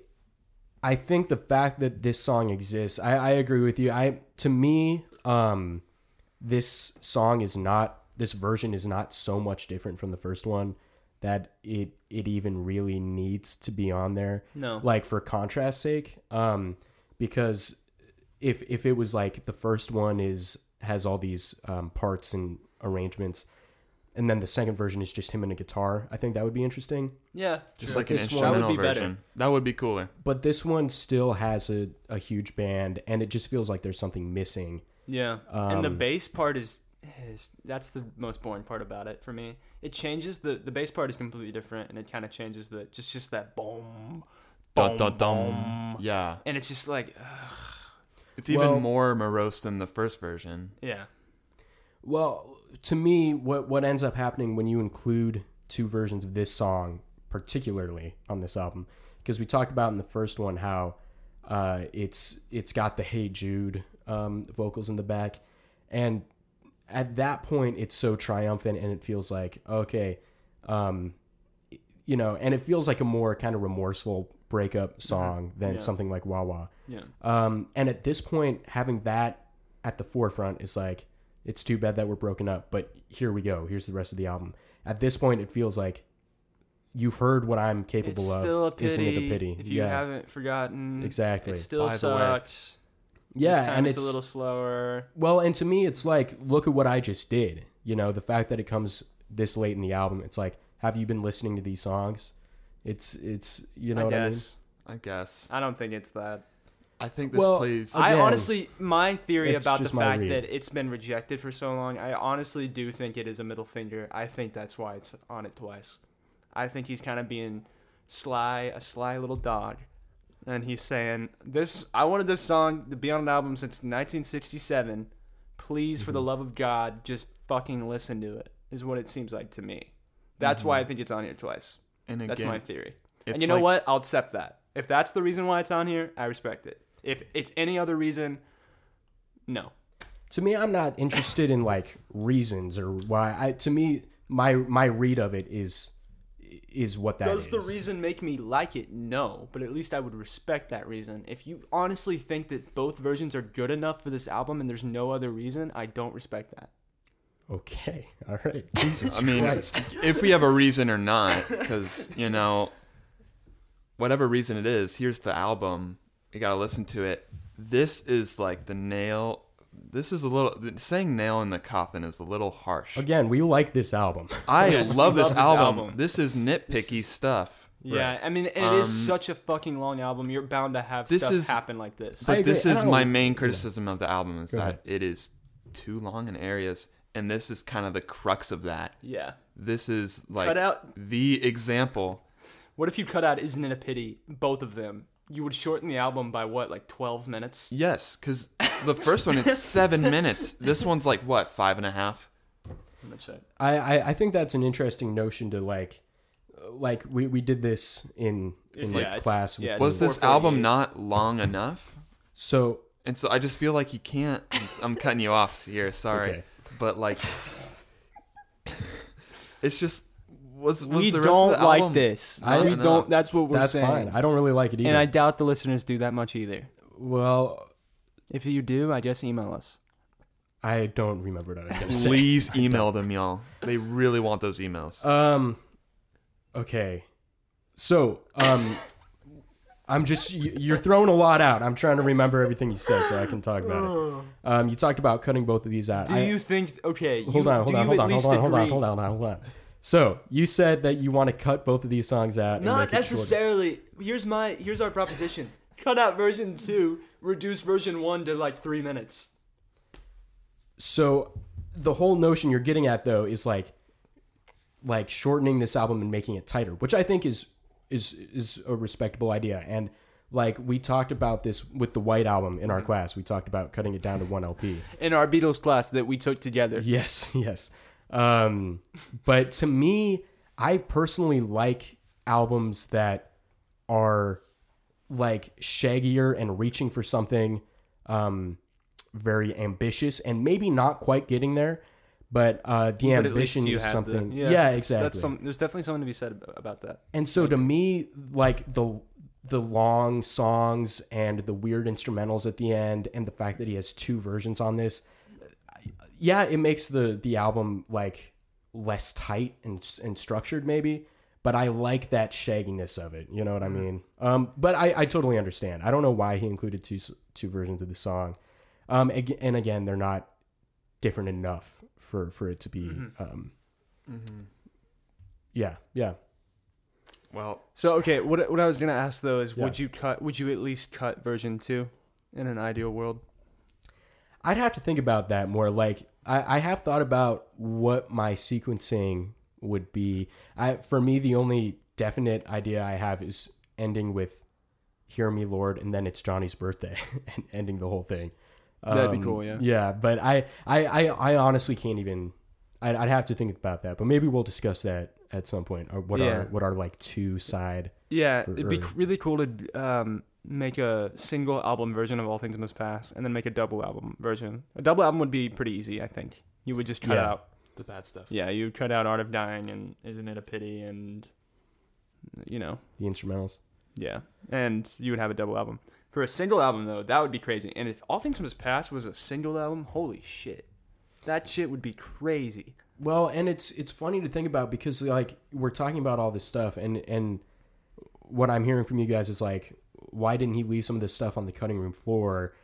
I think the fact that this song exists, I, I agree with you. I to me, um, this song is not this version is not so much different from the first one that it it even really needs to be on there. No. Like for contrast sake, um because if if it was like the first one is has all these um parts and arrangements and then the second version is just him and a guitar, I think that would be interesting. Yeah, Just like an This one- That would instrumental be better. version. That would be cooler. But this one still has a, a huge band and it just feels like there's something missing. yeah. and the bass part is, is that's the most boring part about it for me. It changes the the bass part is completely different, and it kind of changes the just just that boom, Dun, dun, dun. Yeah. and it's just like ugh. It's even Well- more morose than the first version. Yeah. Well, to me, what what ends up happening when you include two versions of this song, particularly on this album, because we talked about in the first one how uh, it's it's got the Hey Jude um, vocals in the back, and at that point, it's so triumphant and it feels like okay, um, you know, and it feels like a more kind of remorseful breakup song than Yeah. something like Wah Wah. Yeah. Um, and at this point, having that at the forefront is like, it's too bad that we're broken up, but here we go. Here's the rest of the album. At this point, it feels like you've heard what I'm capable It's of. still a pity. Isn't it a pity? If you yeah, haven't forgotten, exactly. It still By the way. sucks. yeah, this time and it's, a little slower. well, and to me, it's like, look at what I just did. You know, the fact that it comes this late in the album, it's like, have you been listening to these songs? It's it's you know I what I mean. guess. I guess. I, don't think it's that. I think this Well, plays. I I- Again, honestly, my theory it's about the just my fact read. that it's been rejected for so long, I honestly do think it is a middle finger. I think that's why it's on it twice. I think he's kind of being sly, a sly little dog, and he's saying, "This, I wanted this song to be on an album since 1967. Please, for the Mm-hmm. love of God, just fucking listen to it." Is what it seems like to me. That's why Mm-hmm. I think it's on here twice. and again, That's my theory. it's And you know like- what? I'll accept that. If that's the reason why it's on here, I respect it. If it's any other reason, no. to me i'm not interested in like reasons or why i to me my my read of it is is what that Does the is. reason make me like it? No. But at least I would respect that reason. If you honestly think that both versions are good enough for this album and there's no other reason, I don't respect that. okay all right jesus I mean, Christ. if we have a reason or not, because you know, whatever reason it is, here's the album. You gotta listen to it. This is like the nail. This is a little saying nail in the coffin is a little harsh. again we like this album I Yes, we love, this, love this album. album. This is nitpicky stuff. Yeah, I mean, and it is Um, such a fucking long album. You're bound to have This stuff is- happen like this. I But agree. this I is don't- my main criticism of the album is that ahead. it is too long in areas, and this is kind of the crux of that. yeah. This is like Cut out- the example. What if you cut out Isn't It a Pity, both of them? You would shorten the album by what, like 12 minutes? Yes, because the first one is seven minutes. This one's like what five and a half. I'm gonna check. I, I i think that's an interesting notion to like uh, like we we did this in in Yeah, like it's- class with yeah, it's Blue. Was this 448. album not long enough? so And so I just feel like you can't. I'm cutting you off here. Sorry, okay. but like, it's just was was we the rest don't of the like album this. not we enough? don't. That's what we're that's saying. fine i don't really like it either and I doubt the listeners do that much either. well If you do, I guess email us. i don't remember what i was gonna say Please email them, y'all. They really want those emails. Um. Okay. So, um, I'm just you- you're throwing a lot out. I'm trying to remember everything you said so I can talk about it. Um, you talked about cutting both of these out. Do I- you think? Okay, hold you, on, hold do on, you hold at on, hold least on, hold on, agree? hold on, hold on. So you said that you want to cut both of these songs out. and Not make it shorter. necessarily. Here's my. Here's our proposition. Cut out version two. Reduce version one to like three minutes. So the whole notion you're getting at though is like, like shortening this album and making it tighter, which I think is is is a respectable idea. And like we talked about this with the White album in our class, we talked about cutting it down to one LP. In our Beatles class that we took together. Yes, yes. Um, but to me, I personally like albums that are like shaggier and reaching for something um, very ambitious and maybe not quite getting there. But uh, the But at least ambition you is had the- something. yeah, that's- exactly. That's some, there's definitely something to be said ab- about that. And so to me, like the the long songs and the weird instrumentals at the end, and the fact that he has two versions on this, I- yeah, it makes the the album like less tight and and structured maybe. But I like that shagginess of it. You know what I mean? Um, but I, I totally understand. I don't know why he included two s- two versions of the song. Um, ag- and again, they're not different enough for for it to be. Um, yeah, yeah. Well, So okay, what what I was gonna ask though is, Yeah. would you cut? Would you at least cut version two? In an ideal world. I'd have to think about that more. Like I, I have thought about what my sequencing would be. I for me the only definite idea I have is ending with Hear Me Lord, and then it's Johnny's birthday and ending the whole thing. Um, That'd be cool, yeah. Yeah, but I, I, I, I honestly can't even. I'd, I'd have to think about that, but maybe we'll discuss that at some point. Or what Yeah. are what are like two side? Yeah, for it'd be Irving. c- really cool to um, make a single album version of All Things Must Pass, and then make a double album version. A double album would be pretty easy, I think. You would just cut Yeah. out, The bad stuff. yeah, you would cut out Art of Dying and Isn't It a Pity, and you know, The instrumentals. yeah, and you would have a double album. For a single album though, that would be crazy. And if All Things Must Pass was a single album, holy shit, that shit would be crazy. Well, and it's it's funny to think about because like we're talking about all this stuff, and and what I'm hearing from you guys is like, why didn't he leave some of this stuff on the cutting room floor?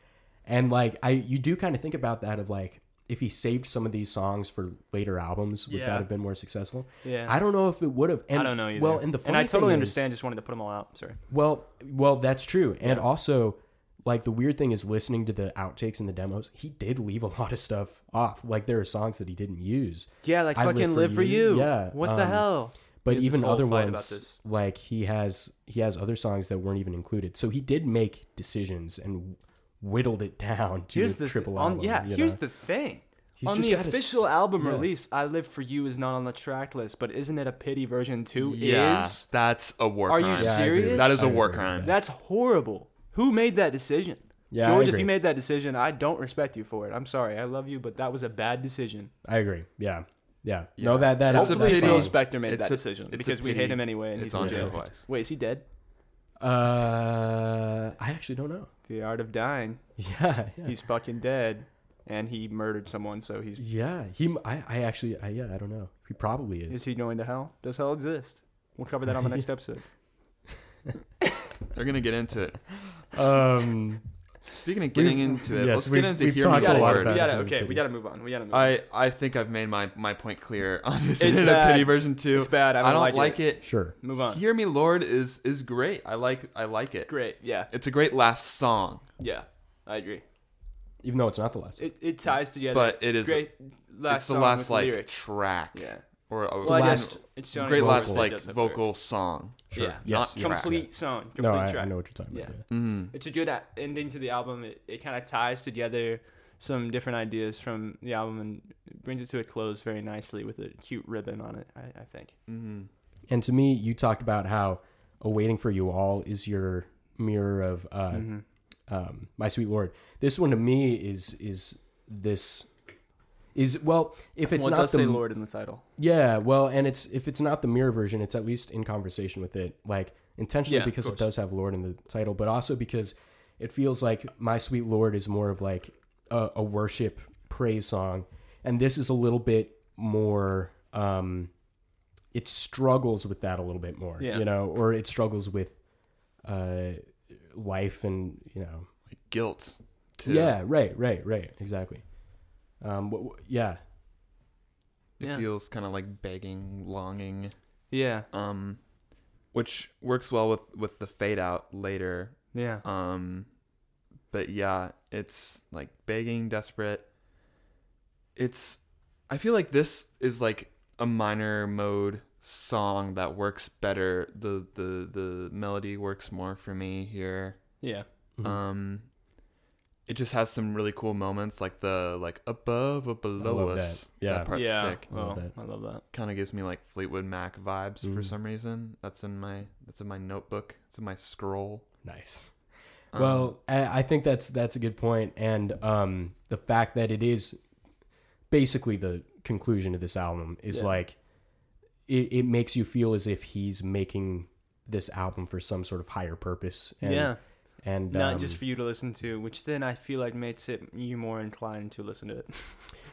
And like I, you do kind of think about that of like if he saved some of these songs for later albums, would Yeah. that have been more successful? Yeah. I don't know if it would have. And, I don't know either. Well, and the funny and I totally thing understand. Is, Just wanted to put them all out. Sorry. well, well, that's true, and also. Like the weird thing is listening to the outtakes and the demos, he did leave a lot of stuff off. Like there are songs that he didn't use. Yeah, like I live fucking for live for you. you. Yeah, What um, the hell? We but had this even whole other fight ones about this. like he has he has other songs that weren't even included so he did make decisions and whittled it down to Here's a the th- triple on- album yeah. you Here's know? the thing. He's on just the got a s- official album yeah. release, "I Live for You" is not on the track list, but isn't it a pity? Version two Yeah, is. that's a war Are you crime. Yeah, I agree with serious? That is I a agree war with crime. that. That's horrible. Who made that decision? Yeah, I George, if agree. you made that decision, I don't respect you for it. I'm sorry. I love you, but that was a bad decision. i agree yeah yeah, no that that That's a that Hopefully, pity. Phil song- Spector made It's that a- decision it's a because we hate pity him anyway, and it's he's on in here jail. twice. Wait, is he dead? uh i actually don't know The Art of Dying. yeah yeah He's fucking dead, and he murdered someone, so he's yeah he m- i, I actually I, yeah i don't know he probably is Is he going to hell? Does hell exist? We'll cover that on the next episode. They're gonna get into it. um Speaking of getting We've- into it, yes, let's we've- get into we've hear me talked a lot lord. about We it. gotta, episode okay, pity. we gotta move on. We gotta move on. I I think I've made my my point clear on this. It's It's a bad. pity version two. It's bad. I don't like it. it. sure move on. Hear me lord is is great. I like I like it. Great. Yeah. It's a great last song. Yeah. I agree. even though it's not the last It, it ties together. But it is- great. Last it's the song last with like lyric. track. Yeah. Or a Well, I great- last- guess it's Johnny great Depp, last but it like does have vocal lyrics. song. sure Yeah. yes, Not yes, Complete yes. song. Complete no I, track. I know what you're talking about Yeah. yeah. Mm-hmm. It's a good a- ending to the album. It, it kind of ties together some different ideas from the album and brings it to a close very nicely with a cute ribbon on it. I, I think. And to me, you talked about how "A Waiting for You All" is your mirror of uh, Mm-hmm. um, "My Sweet Lord." This one to me is is this is well if it's well, it not does the say Lord in the title. yeah well and it's if it's not the mirror version, it's at least in conversation with it like intentionally Yeah, of because it course. does have Lord in the title, but also because it feels like "My Sweet Lord" is more of like a, a worship praise song, and this is a little bit more. Um, it struggles with that a little bit more, Yeah. you know, or it struggles with uh, life and you know, Guilt. Too. yeah, right, right, right, exactly. Um, wh- wh- yeah, It Yeah. feels kind of like begging, longing. Yeah. Um, which works well with with the fade out later. Yeah. Um, but yeah, it's like begging, desperate. It's, I feel like this is like a minor mode song that works better. The the the melody works more for me here. Yeah. Mhm. Um, it just has some really cool moments, like the like above or below love us. that. Yeah. that part's yeah. sick. I love Well, that. I love that. Kind of gives me like Fleetwood Mac vibes for Mhm. some reason. That's in my that's in my notebook. It's in my scroll. nice. Um, Well, I, I think that's that's a good point, and um, the fact that it is basically the conclusion of this album is Yeah. like it, it makes you feel as if he's making this album for some sort of higher purpose. And, yeah. and not um, just for you to listen to, which then I feel like makes it you more inclined to listen to it.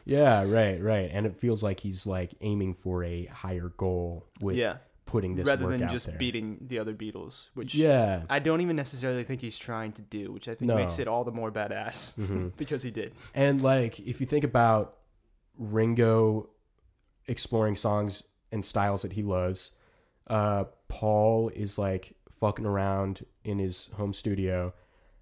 yeah, right, right, and it feels like he's like aiming for a higher goal with yeah, putting this rather work than out just there. beating the other Beatles, which Yeah, I don't even necessarily think he's trying to do, which I think No. makes it all the more badass Mhm. because he did. And like, if you think about Ringo exploring songs and styles that he loves, uh, Paul is like fucking around in his home studio.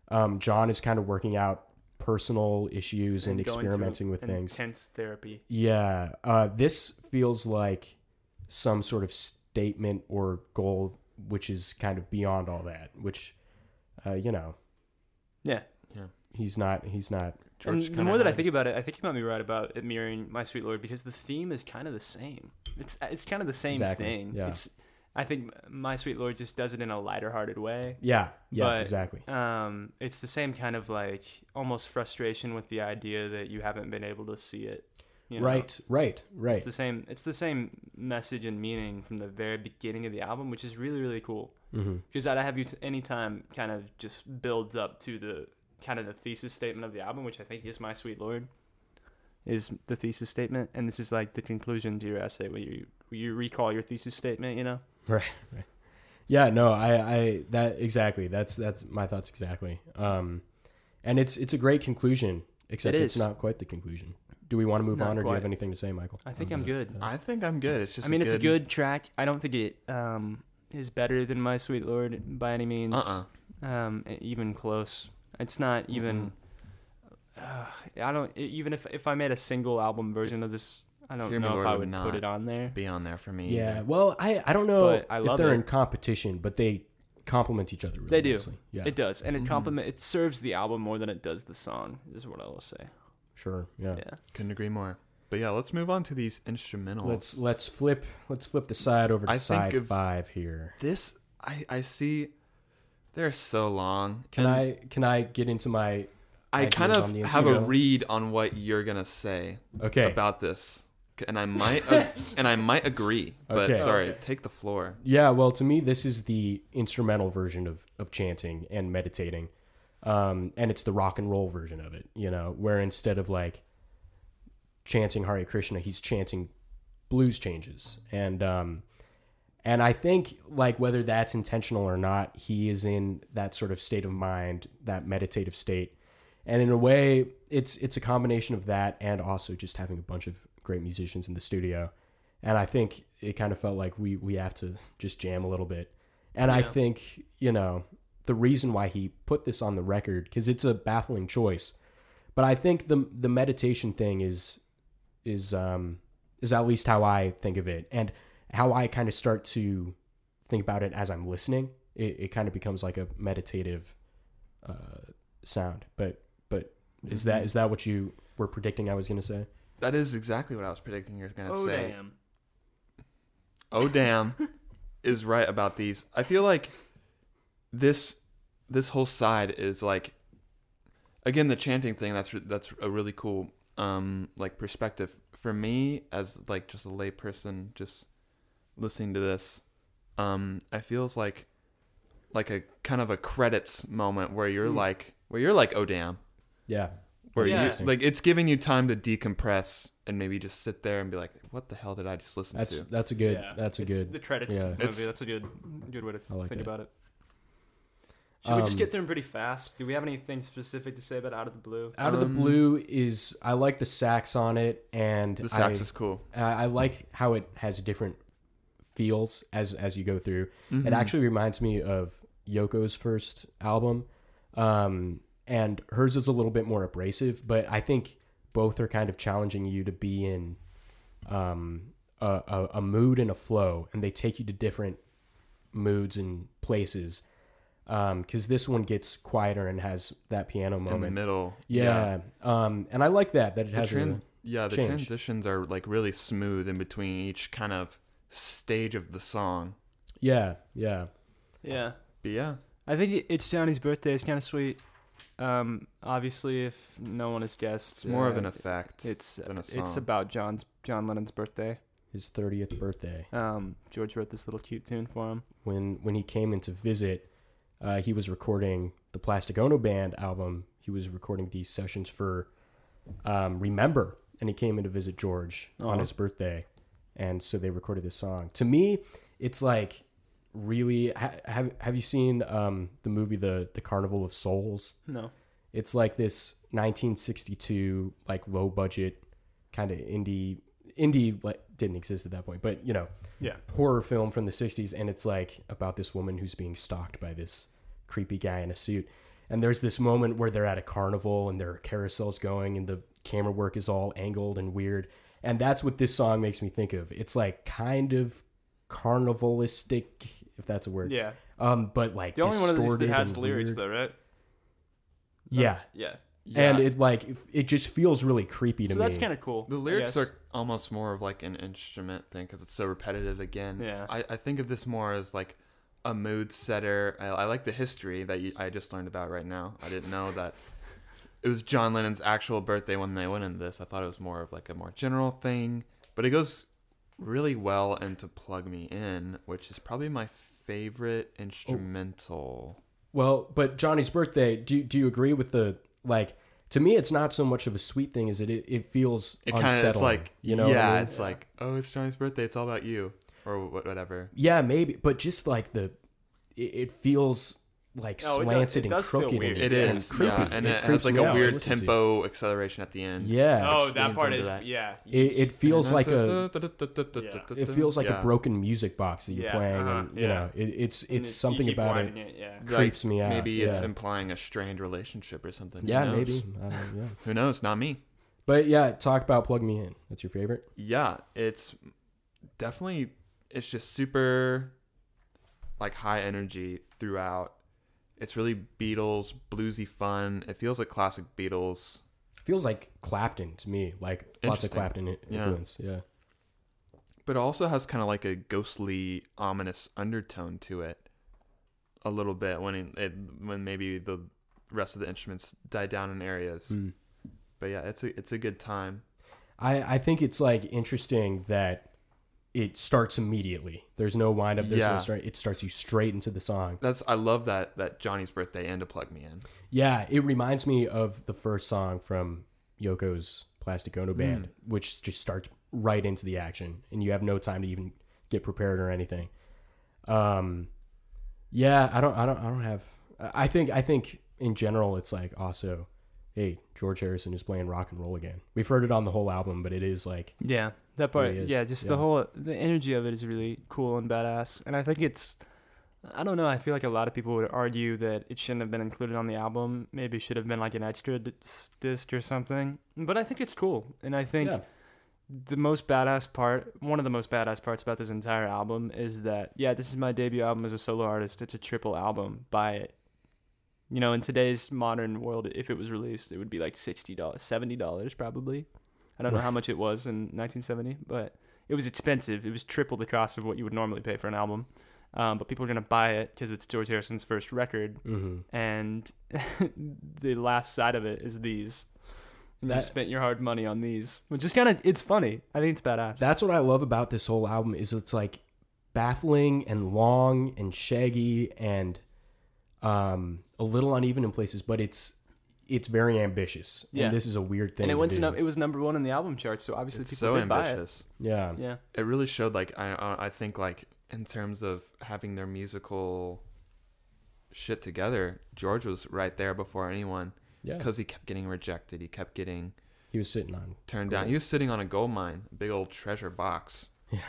Um, John is kind of working out personal issues and, going to experimenting with an things. Intense therapy. Yeah. Uh, this feels like some sort of statement or goal, which is kind of beyond all that, which uh, you know, Yeah. he's not he's not And George the kinda more that I had- think about it, I think you might be right about it mirroring My Sweet Lord because the theme is kind of the same. It's it's kind of the same Exactly, thing. yeah. It's I think My Sweet Lord just does it in a lighter-hearted way. Yeah, yeah, But- exactly. Um, it's the same kind of like almost frustration with the idea that you haven't been able to see it. You know? Right, right, right. It's the same. It's the same message and meaning from the very beginning of the album, which is really really cool. Mhm. Because I'd have you t- anytime kind of just builds up to the kind of the thesis statement of the album, which I think is "My Sweet Lord," is the thesis statement, and this is like the conclusion to your essay where you where you recall your thesis statement. You know, Right, right. Yeah, no, I, I that exactly. That's that's my thoughts exactly. Um, and it's it's a great conclusion, except It it's is. not quite the conclusion. Do we want to move Not on, or do you quite. have anything to say, Michael? uh, I think I'm good. I think I'm good. It's just. I mean, it's a good track. I don't think it um, is better than "My Sweet Lord" by any means. Uh uh um, e- even close. It's not even. Uh, I don't e- even if if I made a single album version of this, I don't Hear Me know if Lord I would would not put it on there. Be on there for me. Yeah. either. Well, I I don't know uh, But I if love they're it. in competition, but they complement each other. Really They do. nicely. Yeah. It does, Mm-hmm. and it compliment. It serves the album more than it does the song. Is what I will say. Sure. Yeah. Yeah. Couldn't agree more. But yeah, let's move on to these instrumentals. Let's let's flip let's flip the side over to I side think of- five here. this I I see. They're so long. Can and I can I get into my I ideas kind on of the have a instrumental? read on what you're gonna say okay about this, and I might ag- and I might agree. But Okay. sorry, take the floor. Yeah, well, to me, this is the instrumental version of, of chanting and meditating. Um, and it's the rock and roll version of it, you know, where instead of like chanting Hare Krishna, he's chanting blues changes. And, um, and I think like whether that's intentional or not, he is in that sort of state of mind, that meditative state. And in a way, it's it's a combination of that and also just having a bunch of great musicians in the studio. And I think it kind of felt like we we have to just jam a little bit. And I think, you know, the reason why he put this on the record cuz it's a baffling choice. But I think the the meditation thing is is um is at least how I think of it and how I kind of start to think about it as I'm listening. It, it kind of becomes like a meditative uh, sound. But but is that is that what you were predicting I was going to say? That is exactly what I was predicting you're gonna Oh say. damn. Oh damn, is right about these. I feel like this this whole side is like again the chanting thing. That's re- that's a really cool um like perspective for me as like just a lay person just listening to this. Um, I feels like like a kind of a credits moment where you're like where you're like oh damn Hmm. Yeah. where Yeah. you like it's giving you time to decompress and maybe just sit there and be like what the hell did I just listen That's to? that's a good Yeah. that's a It's good The credits. yeah. Movie. It's- That's a good good way to I like think that. about it. Should we Um, just get through them pretty fast? Do we have anything specific to say about Out of the Blue? Out of the Um, blue is I like the sax on it, and The sax I, is cool. Uh, I I like how it has different feels as as you go through. Mm-hmm. It actually reminds me of Yoko's first album, um, and hers is a little bit more abrasive, but I think both are kind of challenging you to be in um, a, a, a mood and a flow, and they take you to different moods and places. Because this one gets quieter and has that piano in moment. the middle. Yeah. Um, and I like that that it The has trans- a, yeah, the change. transitions are like really smooth in between each kind of stage of the song. yeah, yeah. Yeah. But yeah, I think it- it's Johnny's birthday. It's kind of sweet. Um, obviously, if no one has guessed, it's more of uh, an effect. It's than a it's song. about John's John Lennon's birthday. His 30th birthday. Um, George wrote this little cute tune for him. When when he came in to visit, uh, he was recording the Plastic Ono Band album. He was recording these sessions for um, Remember, and he came in to visit George Aw. on his birthday, and so they recorded this song. To me, it's like really. Ha- have Have you seen um, the movie the the Carnival of Souls? No, it's like this 1962 like low budget kind of indie indie like didn't exist at that point but you know Yeah. horror film from the 60s and it's like about this woman who's being stalked by this creepy guy in a suit and there's this moment where they're at a carnival and there are carousels going and the camera work is all angled and weird and that's what this song makes me think of it's like kind of carnivalistic if that's a word yeah, Um, but like The only one of these that distorted has and lyrics weird. though, right? Oh, Yeah. Yeah. and it like if- it just feels really creepy to So me. that's kind of cool. The I lyrics guess. are almost more of like an instrument thing because it's so repetitive again. Yeah. I, I think of this more as like a mood setter. I, I like the history that you, I just learned about right now. I didn't know that it was John Lennon's actual birthday when they went into this. I thought it was more of like a more general thing, but it goes really well into Plug Me In, which is probably my favorite Oh. instrumental. well, but Johnny's birthday. Do do you agree with the like? To me, it's not so much of a sweet thing as it it, it feels It kind of unsettling. is like, you know, what I yeah, mean? it's like, oh, it's Johnny's birthday. It's all about you or wh- whatever. yeah, maybe, but just like the it, it feels like No, it does- slanted it does and feel crooked. weird. And, It and is, creepy. yeah, and it, creeps has like me a out to weird listen to. tempo acceleration at the end. Yeah, Oh, which that leans part into is that. yeah. it, it feels like a it feels like Yeah. a broken music box that you're Yeah, playing, uh-huh, and you yeah. know it, it's it's And it- you something keep about it. winding yeah. Like, creeps me out, Maybe it's yeah. implying a strained relationship or something. Yeah, Who knows? maybe. I don't, yeah. Who knows? Not me. But yeah, talk about plug me in. That's your favorite. Yeah, it's definitely it's just super like high energy throughout. It's really Beatles bluesy fun. It feels like classic Beatles. Feels like Clapton to me, like lots of Interesting. Clapton i- Yeah. influence. Yeah. but it also has kind of like a ghostly, ominous undertone to it, a little bit when it, it when maybe the rest of the instruments die down in areas. Hmm. But yeah, it's a it's a good time. I I think it's like interesting that it starts immediately. There's no wind up. There's Yeah. no start. It starts you straight into the song. That's I love that that Johnny's birthday and to plug me in. Yeah, it reminds me of the first song from Yoko's Plastic Ono Band, which just starts right into the action, and you have no time to even get prepared or anything. Um, yeah, I don't, I don't, I don't have. I I think, I think in general, it's like also, hey, George Harrison is playing rock and roll again. We've heard it on the whole album, but it is like, Yeah, that part. really is, yeah, just yeah. the whole the energy of it is really cool and badass. And I think it's, I don't know. I feel like a lot of people would argue that it shouldn't have been included on the album. Maybe it should have been like an extra dis- disc or something. But I think it's cool, and I think yeah, the most badass part, one of the most badass parts about this entire album is that, yeah, this is my debut album as a solo artist. It's a triple album. Buy it. You know, in today's modern world, if it was released, it would be like $60, $70 probably. I don't know how much it was in 1970, but it was expensive. It was triple the cost of what you would normally pay for an album. Um, but people are going to buy it because it's George Harrison's first record. hmm And the last side of it is these. And you That- spent your hard money on these, which is kind of it's funny. I think it's badass. that's what I love about this whole album is it's like baffling and long and shaggy and um a little uneven in places, but it's it's very ambitious. Yeah. And this is a weird thing. and it to went to do. num- it was number one in the album chart, so obviously It's people so did buy ambitious. yeah. it. Yeah, It really showed like I- I I think like in terms of having their musical shit together, George was right there before anyone Yeah. because he kept getting rejected. He kept getting He was sitting on. turned down. He was sitting on a gold mine, a big old treasure box. Yeah.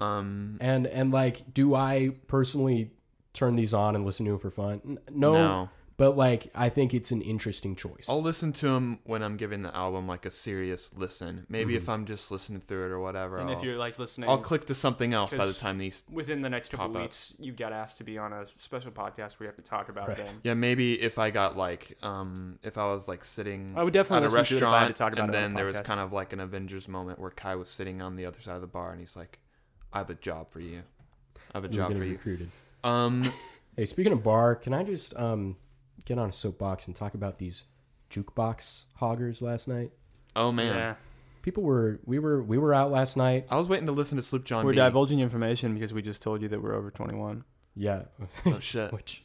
Um. And and like do I personally turn these on and listen to them for fun? N- No. No. But like I think it's an interesting choice. I'll listen to him when I'm giving the album like a serious listen. Maybe if I'm just listening through it or whatever, Mm-hmm. and I'll, if you're like listening, I'll click to something else by the 'cause- time these. within the next couple Pop up. weeks, you got asked to be on a special podcast where you have to talk about Right. them. Yeah, maybe if I got like, um, if I was like sitting I would definitely at a listen to it if I had to restaurant, talk about and it on a then there was podcast. kind of like an Avengers moment where Kai was sitting on the other side of the bar, and he's like, "I have a job for you. I have a You're job gonna for be you." recruited. Um, Hey, speaking of bar, can I just um get on a soapbox and talk about these jukebox hoggers last night? oh man, Yeah. people were we were we were out last night. I was waiting to listen to Sloop John. We're B. divulging information because we just told you that we're over 21. Yeah, Oh shit. which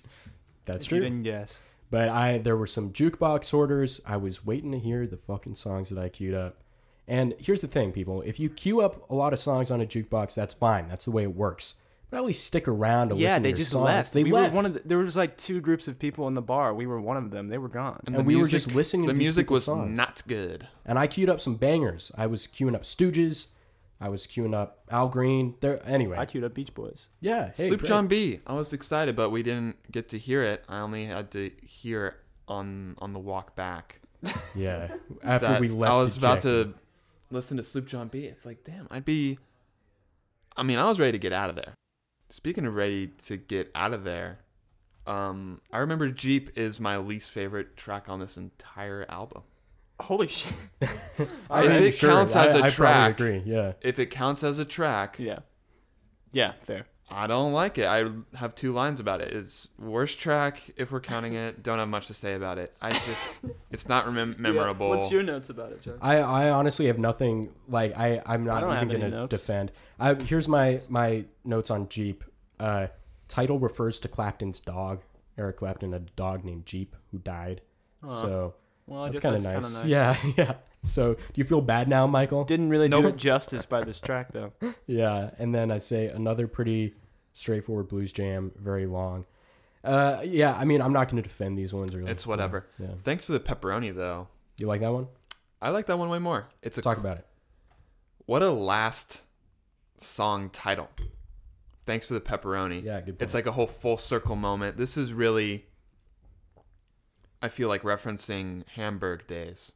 that's If you true. didn't guess. But I there were some jukebox orders. I was waiting to hear the fucking songs that I queued up. And here's the thing, people: if you queue up a lot of songs on a jukebox, that's fine. That's the way it works. But at least stick around to Yeah, listen. to they your just songs. left. They we left. Were one of the, there was like two groups of people in the bar. We were one of them. They were gone. And we were just listening to The these music people's was songs. not good. and I queued up some bangers. I was queuing up Stooges. I was queuing up Al Green. There anyway. I queued up Beach Boys. yeah. Hey, Sloop great. John B. I was excited, but we didn't get to hear it. I only had to hear it on on the walk back. Yeah. After we That's- left, I was about dejected. to listen to Sloop John B. It's like, damn, I'd be. I mean, I was ready to get out of there. Speaking of ready to get out of there, um, I remember Jeep is my least favorite track on this entire album. Holy shit. If I'm it counts as I- a I probably track, agree. Yeah. if it counts as a track, Yeah. Yeah, fair. I don't like it. I have two lines about it. It's worst track if we're counting it. Don't have much to say about it. I just, it's not remem- memorable. What's your notes about it, Joe? I, I honestly have nothing like I I'm not don't even have any gonna notes. defend. I, here's my my notes on Jeep. Uh, title refers to Clapton's dog, Eric Clapton, a dog named Jeep who died. So Well, I that's guess kind of that's kinda nice. nice. Yeah, yeah. So do you feel bad now, Michael? Didn't really do Nope. it justice by this track, though. Yeah, and then I say another pretty straightforward blues jam, very long. Uh, yeah, I mean I'm not gonna defend these ones really. It's whatever. Yeah. Thanks for the pepperoni though. You like that one? I like that one way more. It's a Talk about it. what a last song title. Thanks for the pepperoni. Yeah, good It's point. like a whole full circle moment. This is really I feel like referencing Hamburg days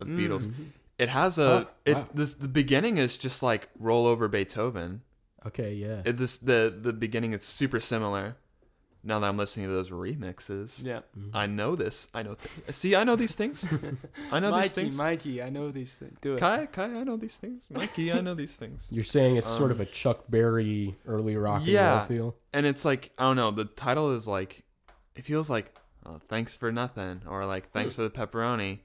of Mm. Beatles. It has a Mm-hmm. Oh, it wow. this the beginning is just like roll over Beethoven. Okay, yeah. It, this the the beginning is super similar. Now that I'm listening to those remixes, Yeah. I know this. I know. Th- See, I know these things. I know these Mikey, things. Mikey, I know these things. Do it. Kai, Kai, I know these things. Mikey, I know these things. You're saying it's sort of a Chuck Berry early rock and roll Yeah. feel. And it's like I don't know. The title is like, it feels like, oh, thanks for nothing, or like thanks for the pepperoni.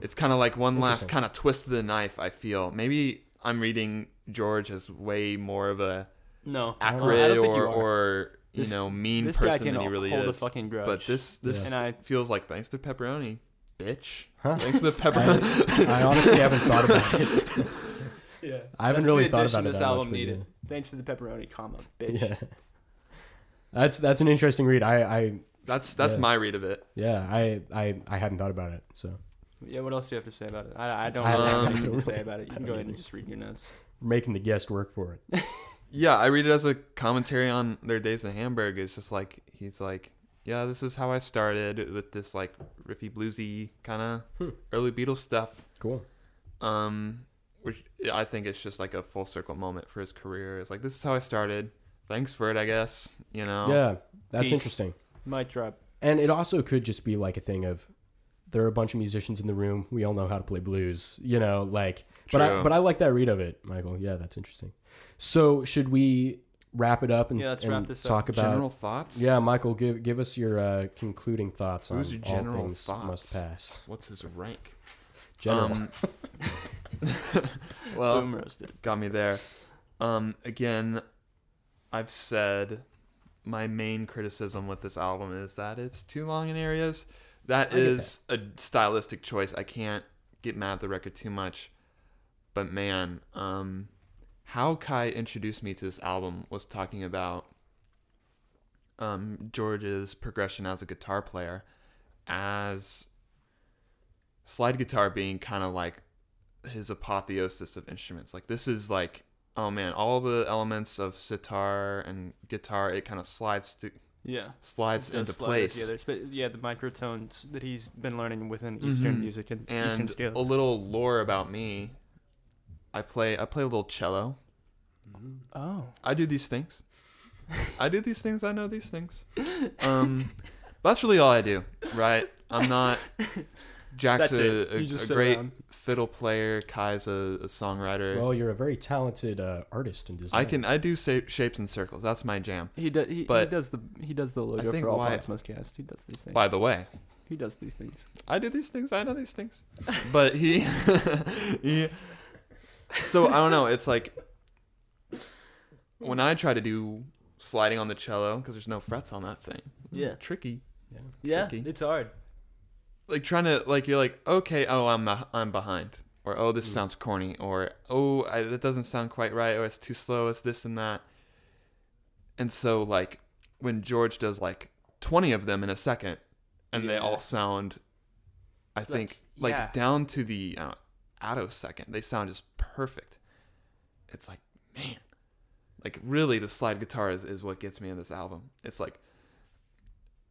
It's kind of like one last kind of twist of the knife. I feel maybe I'm reading George as way more of a No. I don't- I acrid don't think you or are. or you This- know mean this person guy can than he really hold a is. fucking grudge. But this this And I- feels like thanks to pepperoni, bitch. Huh. Thanks for the pepperoni. I honestly haven't thought about it. Yeah. I haven't That's really the thought addition about it This that album much, but needed. yeah. Thanks for the pepperoni, comma, bitch. Yeah. That's that's an interesting read. I, I That's that's Yeah. my read of it. yeah, I, I I hadn't thought about it. So Yeah, what else do you have to say about it? I, I don't I- really have Um, anything I to say don't about it. You I can don't go ahead and either. just read your notes. we're making the guest work for it. Yeah, I read it as a commentary on their days in Hamburg. It's just like he's like, yeah, this is how I started with this like riffy bluesy kind of early Beatles stuff. Cool. Um, which I think it's just like a full circle moment for his career. It's like this is how I started. Thanks for it, I guess. You know. yeah. That's Peace. interesting. Mic drop. And it also could just be like a thing of there are a bunch of musicians in the room. We all know how to play blues, you know, like but I True. but I like that read of it, Michael. Yeah, that's interesting. So should we wrap it up and, Yeah, let's and wrap this up. talk about General thoughts. Yeah, Michael, give give us your uh, concluding thoughts Who's on your general all things thoughts? must pass. What's his rank? General, Um, well, Boom roasted. got me there. Um, again, I've said my main criticism with this album is that it's too long in areas. That I get is a stylistic choice. I can't get mad at the record too much. But man, um, how Kai introduced me to this album was talking about um, George's progression as a guitar player, as slide guitar being kind of like his apotheosis of instruments. Like this is like oh man, all the elements of sitar and guitar it kind of slides to, Yeah. slides Does into slide place Together. But yeah, the microtones that he's been learning within Eastern Mhm. music and, Eastern and a scales. little lore about me. I play I play a little cello. Oh. I do these things. I do these things. I know these things. Oh. Um, that's really all I do, right? I'm not. Jack's That's it. a, a, You just a sit great around. fiddle player. Kai's a, a songwriter. well, you're a very talented uh, artist and designer. I can I do sa- shapes and circles. That's my jam. He, do, he, he But does the he does the logo think for all why- Pots Must Cast. He does these things. By the way, he does these things. I do these things. I know these things. But he, he so I don't know. It's like when I try to do sliding on the cello because there's no frets on that thing. Yeah. tricky. Yeah, Tricky. it's hard. like trying to like you're like okay oh I'm beh- I'm behind or oh Mm. this sounds corny or oh I, that doesn't sound quite right or it's too slow it's this and that and so like when George does like 20 of them in a second and they Yeah. all sound I think like yeah. down to the uh, atto second they sound just perfect it's like man like really the slide guitar is, is what gets me in this album it's like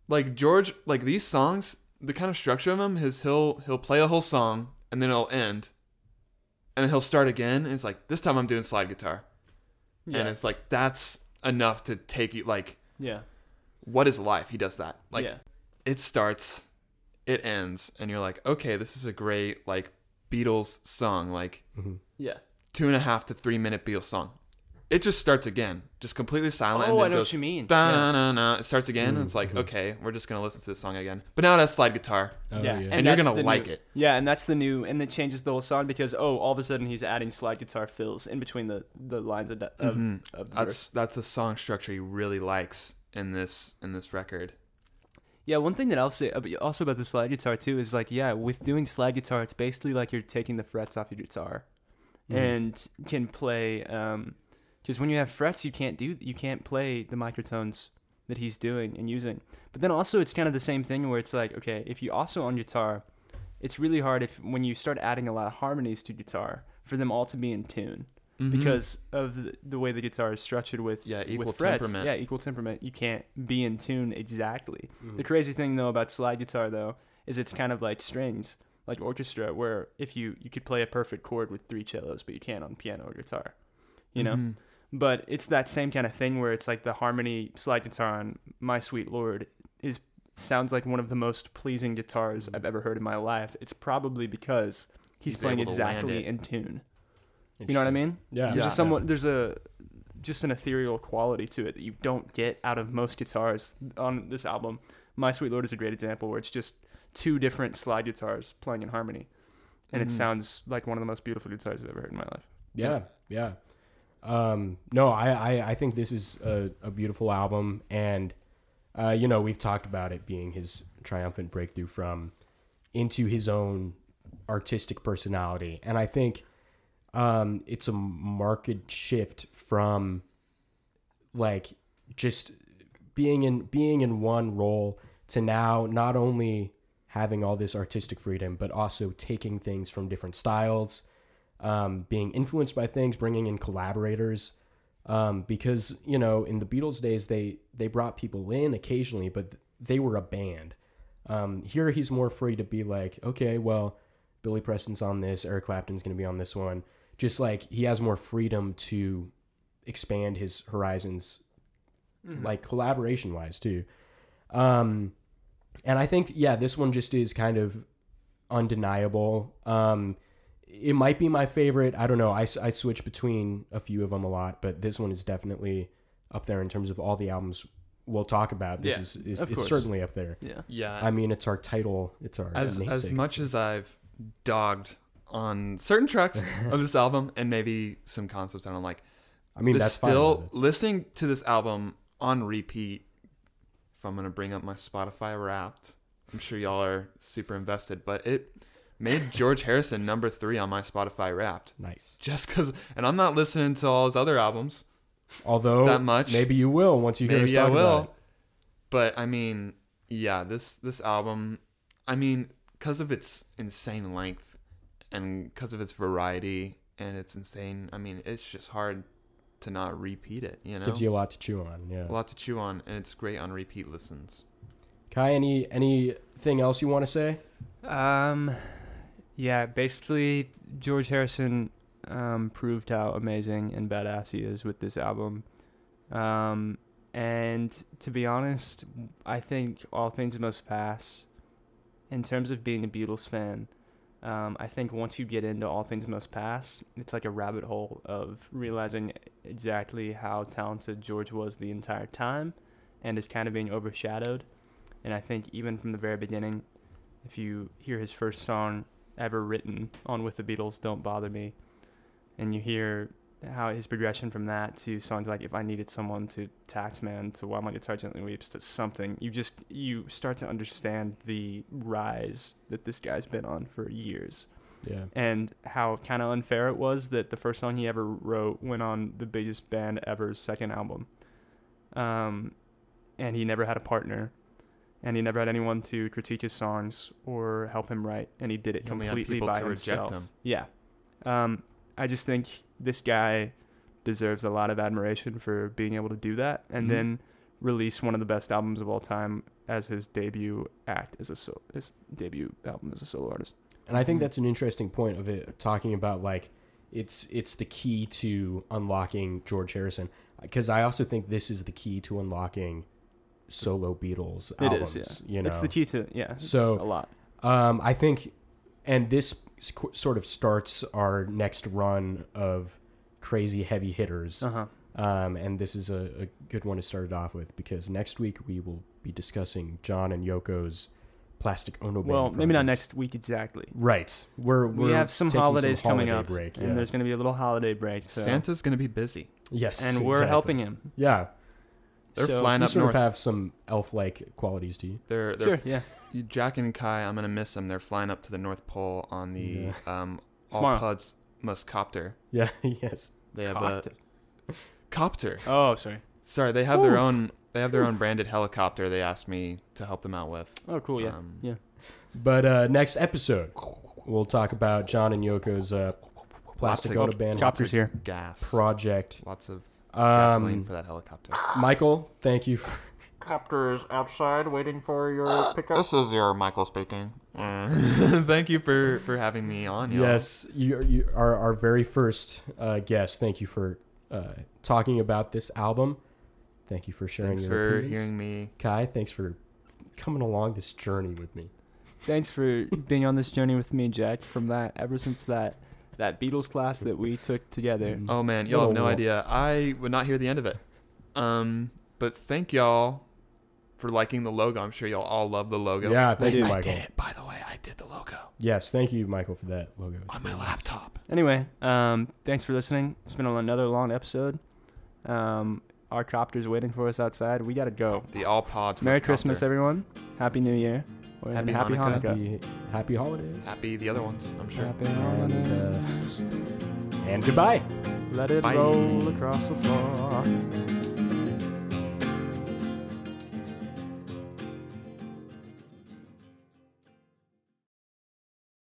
like George, like these songs, the kind of structure of them is he'll he'll play a whole song and then it'll end, and then he'll start again. And it's like this time I'm doing slide guitar, Yeah. and it's like that's enough to take you like Yeah. what is life? He does that. Like Yeah. it starts, it ends, and you're like, okay, this is a great like Beatles song, like Mm-hmm. Yeah. two and a half to three minute Beatles song. It just starts again, just completely silent. Oh, and I it know what goes, you mean. Da, na, na, na. It starts again, and it's like, okay, we're just gonna listen to this song again. But now it has slide guitar. Oh, yeah. And you're that's gonna the like new- it. Yeah, and that's the new, and it changes the whole song because oh, all of a sudden he's adding slide guitar fills in between the the lines of the- of, of the verse. Mm-hmm. That's that's a song structure he really likes in this in this record. Yeah, one thing that I'll say ab- also about the slide guitar too is like, yeah, with doing slide guitar, it's basically like you're taking the frets off your guitar, and can play. Because when you have frets, you can't do you can't play the microtones that he's doing and using. But then also, it's kind of the same thing where it's like, okay, if you also on guitar, it's really hard if when you start adding a lot of harmonies to guitar for them all to be in tune because of the, the way the guitar is structured with Mm-hmm. Yeah, with equal frets. temperament. Yeah, equal temperament. You can't be in tune exactly. Mm. The crazy thing though about slide guitar though is it's kind of like strings, like orchestra, where if you you could play a perfect chord with three cellos, but you can't on piano or guitar. You Mm-hmm. know. But it's that same kind of thing where it's like the harmony slide guitar on "My Sweet Lord" is sounds like one of the most pleasing guitars I've ever heard in my life. It's probably because he's, Mm-hmm. He's playing able to land exactly it. in tune. You know what I mean? Yeah. There's Yeah. a somewhat there's a just an ethereal quality to it that you don't get out of most guitars on this album. My Sweet Lord is a great example where it's just two different slide guitars playing in harmony. And it sounds like one of the most beautiful guitars I've ever heard in my life. Yeah, yeah. Um, no, I, I, I think this is a, a beautiful album, and uh, you know we've talked about it being his triumphant breakthrough from into his own artistic personality, and I think um, it's a marked shift from like just being in being in one role to now not only having all this artistic freedom but also taking things from different styles um, being influenced by things bringing in collaborators um, because you know in the beatles days they they brought people in occasionally but they were a band um, here he's more free to be like okay well billy preston's on this eric clapton's going to be on this one just like he has more freedom to expand his horizons Mm-hmm. like collaboration wise too um and i think yeah this one just is kind of undeniable um it might be my favorite i don't know i, s- I switch between a few of them a lot but this one is definitely up there in terms of all the albums we'll talk about this Yeah, is, is, of is course. certainly up there Yeah. Yeah, i mean it's our title it's our as as namesake. much as I've dogged on certain tracks of this album and maybe some concepts I don't like, i mean but that's fine, still though. listening to this album on repeat. If I'm gonna bring up my Spotify Wrapped, I'm sure y'all are super invested, but it made George Harrison number three on my Spotify Wrapped. nice Just cause, and I'm not listening to all his other albums. although that much. Oh, maybe you will once you hear us Maybe I talk about it. will, but I mean, yeah, this this album, I mean, because of its insane length and because of its variety and its insane, I mean, it's just hard to not repeat it. You know, gives you a lot to chew on yeah a lot to chew on, and it's great on repeat listens. kai any anything else you want to say Um, yeah, basically, George Harrison um, proved how amazing and badass he is with this album. Um, and to be honest, I think all things must pass. In terms of being a Beatles fan, um, I think once you get into all things must pass, it's like a rabbit hole of realizing exactly how talented George was the entire time, and is kind of being overshadowed. And I think even from the very beginning, if you hear his first song ever written on with the Beatles, "Don't Bother Me," and you hear how his progression from that to songs like "If I Needed Someone" to "Taxman" to "While My Guitar Gently Weeps" to something, you just you start to understand the rise that this guy's been on for years, yeah and how kind of unfair it was that the first song he ever wrote went on the biggest band ever's second album, um, and he never had a partner and he never had anyone to critique his songs or help him write, and he did it He only had completely people by to reject himself. him. Yeah, um, I just think this guy deserves a lot of admiration for being able to do that, and Mm-hmm. then release one of the best albums of all time as his debut act as a so- his debut album as a solo artist. Mm-hmm. And I think that's an interesting point of it talking about like it's it's the key to unlocking George Harrison because I also think this is the key to unlocking solo Beatles It albums. is, yeah. You know, It's the key to yeah. So- a lot. um, I think, and this squ- sort of starts our next run of crazy heavy hitters. Uh huh. Um, and this is a, a good one to start it off with because next week we will be discussing John and Yoko's Plastic Ono Band. Well, maybe not project. next week exactly. Right, we're, we're We have some taking holidays coming holiday up, Break, yeah. and there's going to be a little holiday break. So, Santa's gonna be busy. yes, and we're exactly. helping him. Yeah, They're So flying you up sort north. of have some elf-like qualities to you. They're they're Sure. Yeah. Jack and Kai. I'm gonna miss them. They're flying up to the North Pole on the um all Tomorrow. pods must copter. Yeah. yes. They have Cocked. a copter. Oh, sorry. Sorry, they have their own. They have their own branded helicopter. They asked me to help them out with. Oh, cool. Yeah. Um, yeah. But uh, next episode, we'll talk about John and Yoko's uh, Plastic Lots Ono of- Band Copters here. Gas. project. Lots of gasoline Um, for that helicopter. Michael, thank you. For, Copter is outside waiting for your pickup. This is your Michael speaking. Mm. Thank you for for having me on. Y'all. yes, you, you are our very first uh, guest. Thank you for uh, talking about this album. Thank you for sharing Thanks your for opinions. hearing me. Kai, thanks for coming along this journey with me. Thanks for being on this journey with me, Jack. From that, ever since that that Beatles class that we took together. Mm-hmm. Oh man, y'all have no Whoa. idea. I would not hear the end of it. Um, but thank y'all for liking the logo. I'm sure y'all all love the logo. Yeah, thank I- you, I Michael. did it, by the way. I did the logo Yes, thank you, Michael, for that logo. on my laptop. Anyway, um, thanks for listening. It's been another long episode. Um, our copter's waiting for us outside. We gotta go. The all pods. Merry Wisconsin. Christmas, everyone. Happy New Year. and Happy happy Hanukkah. Hanukkah. Happy, happy holidays. Happy the other ones. I'm sure. Happy And, Hanukkah. uh, and goodbye. Let it Bye. roll across the floor.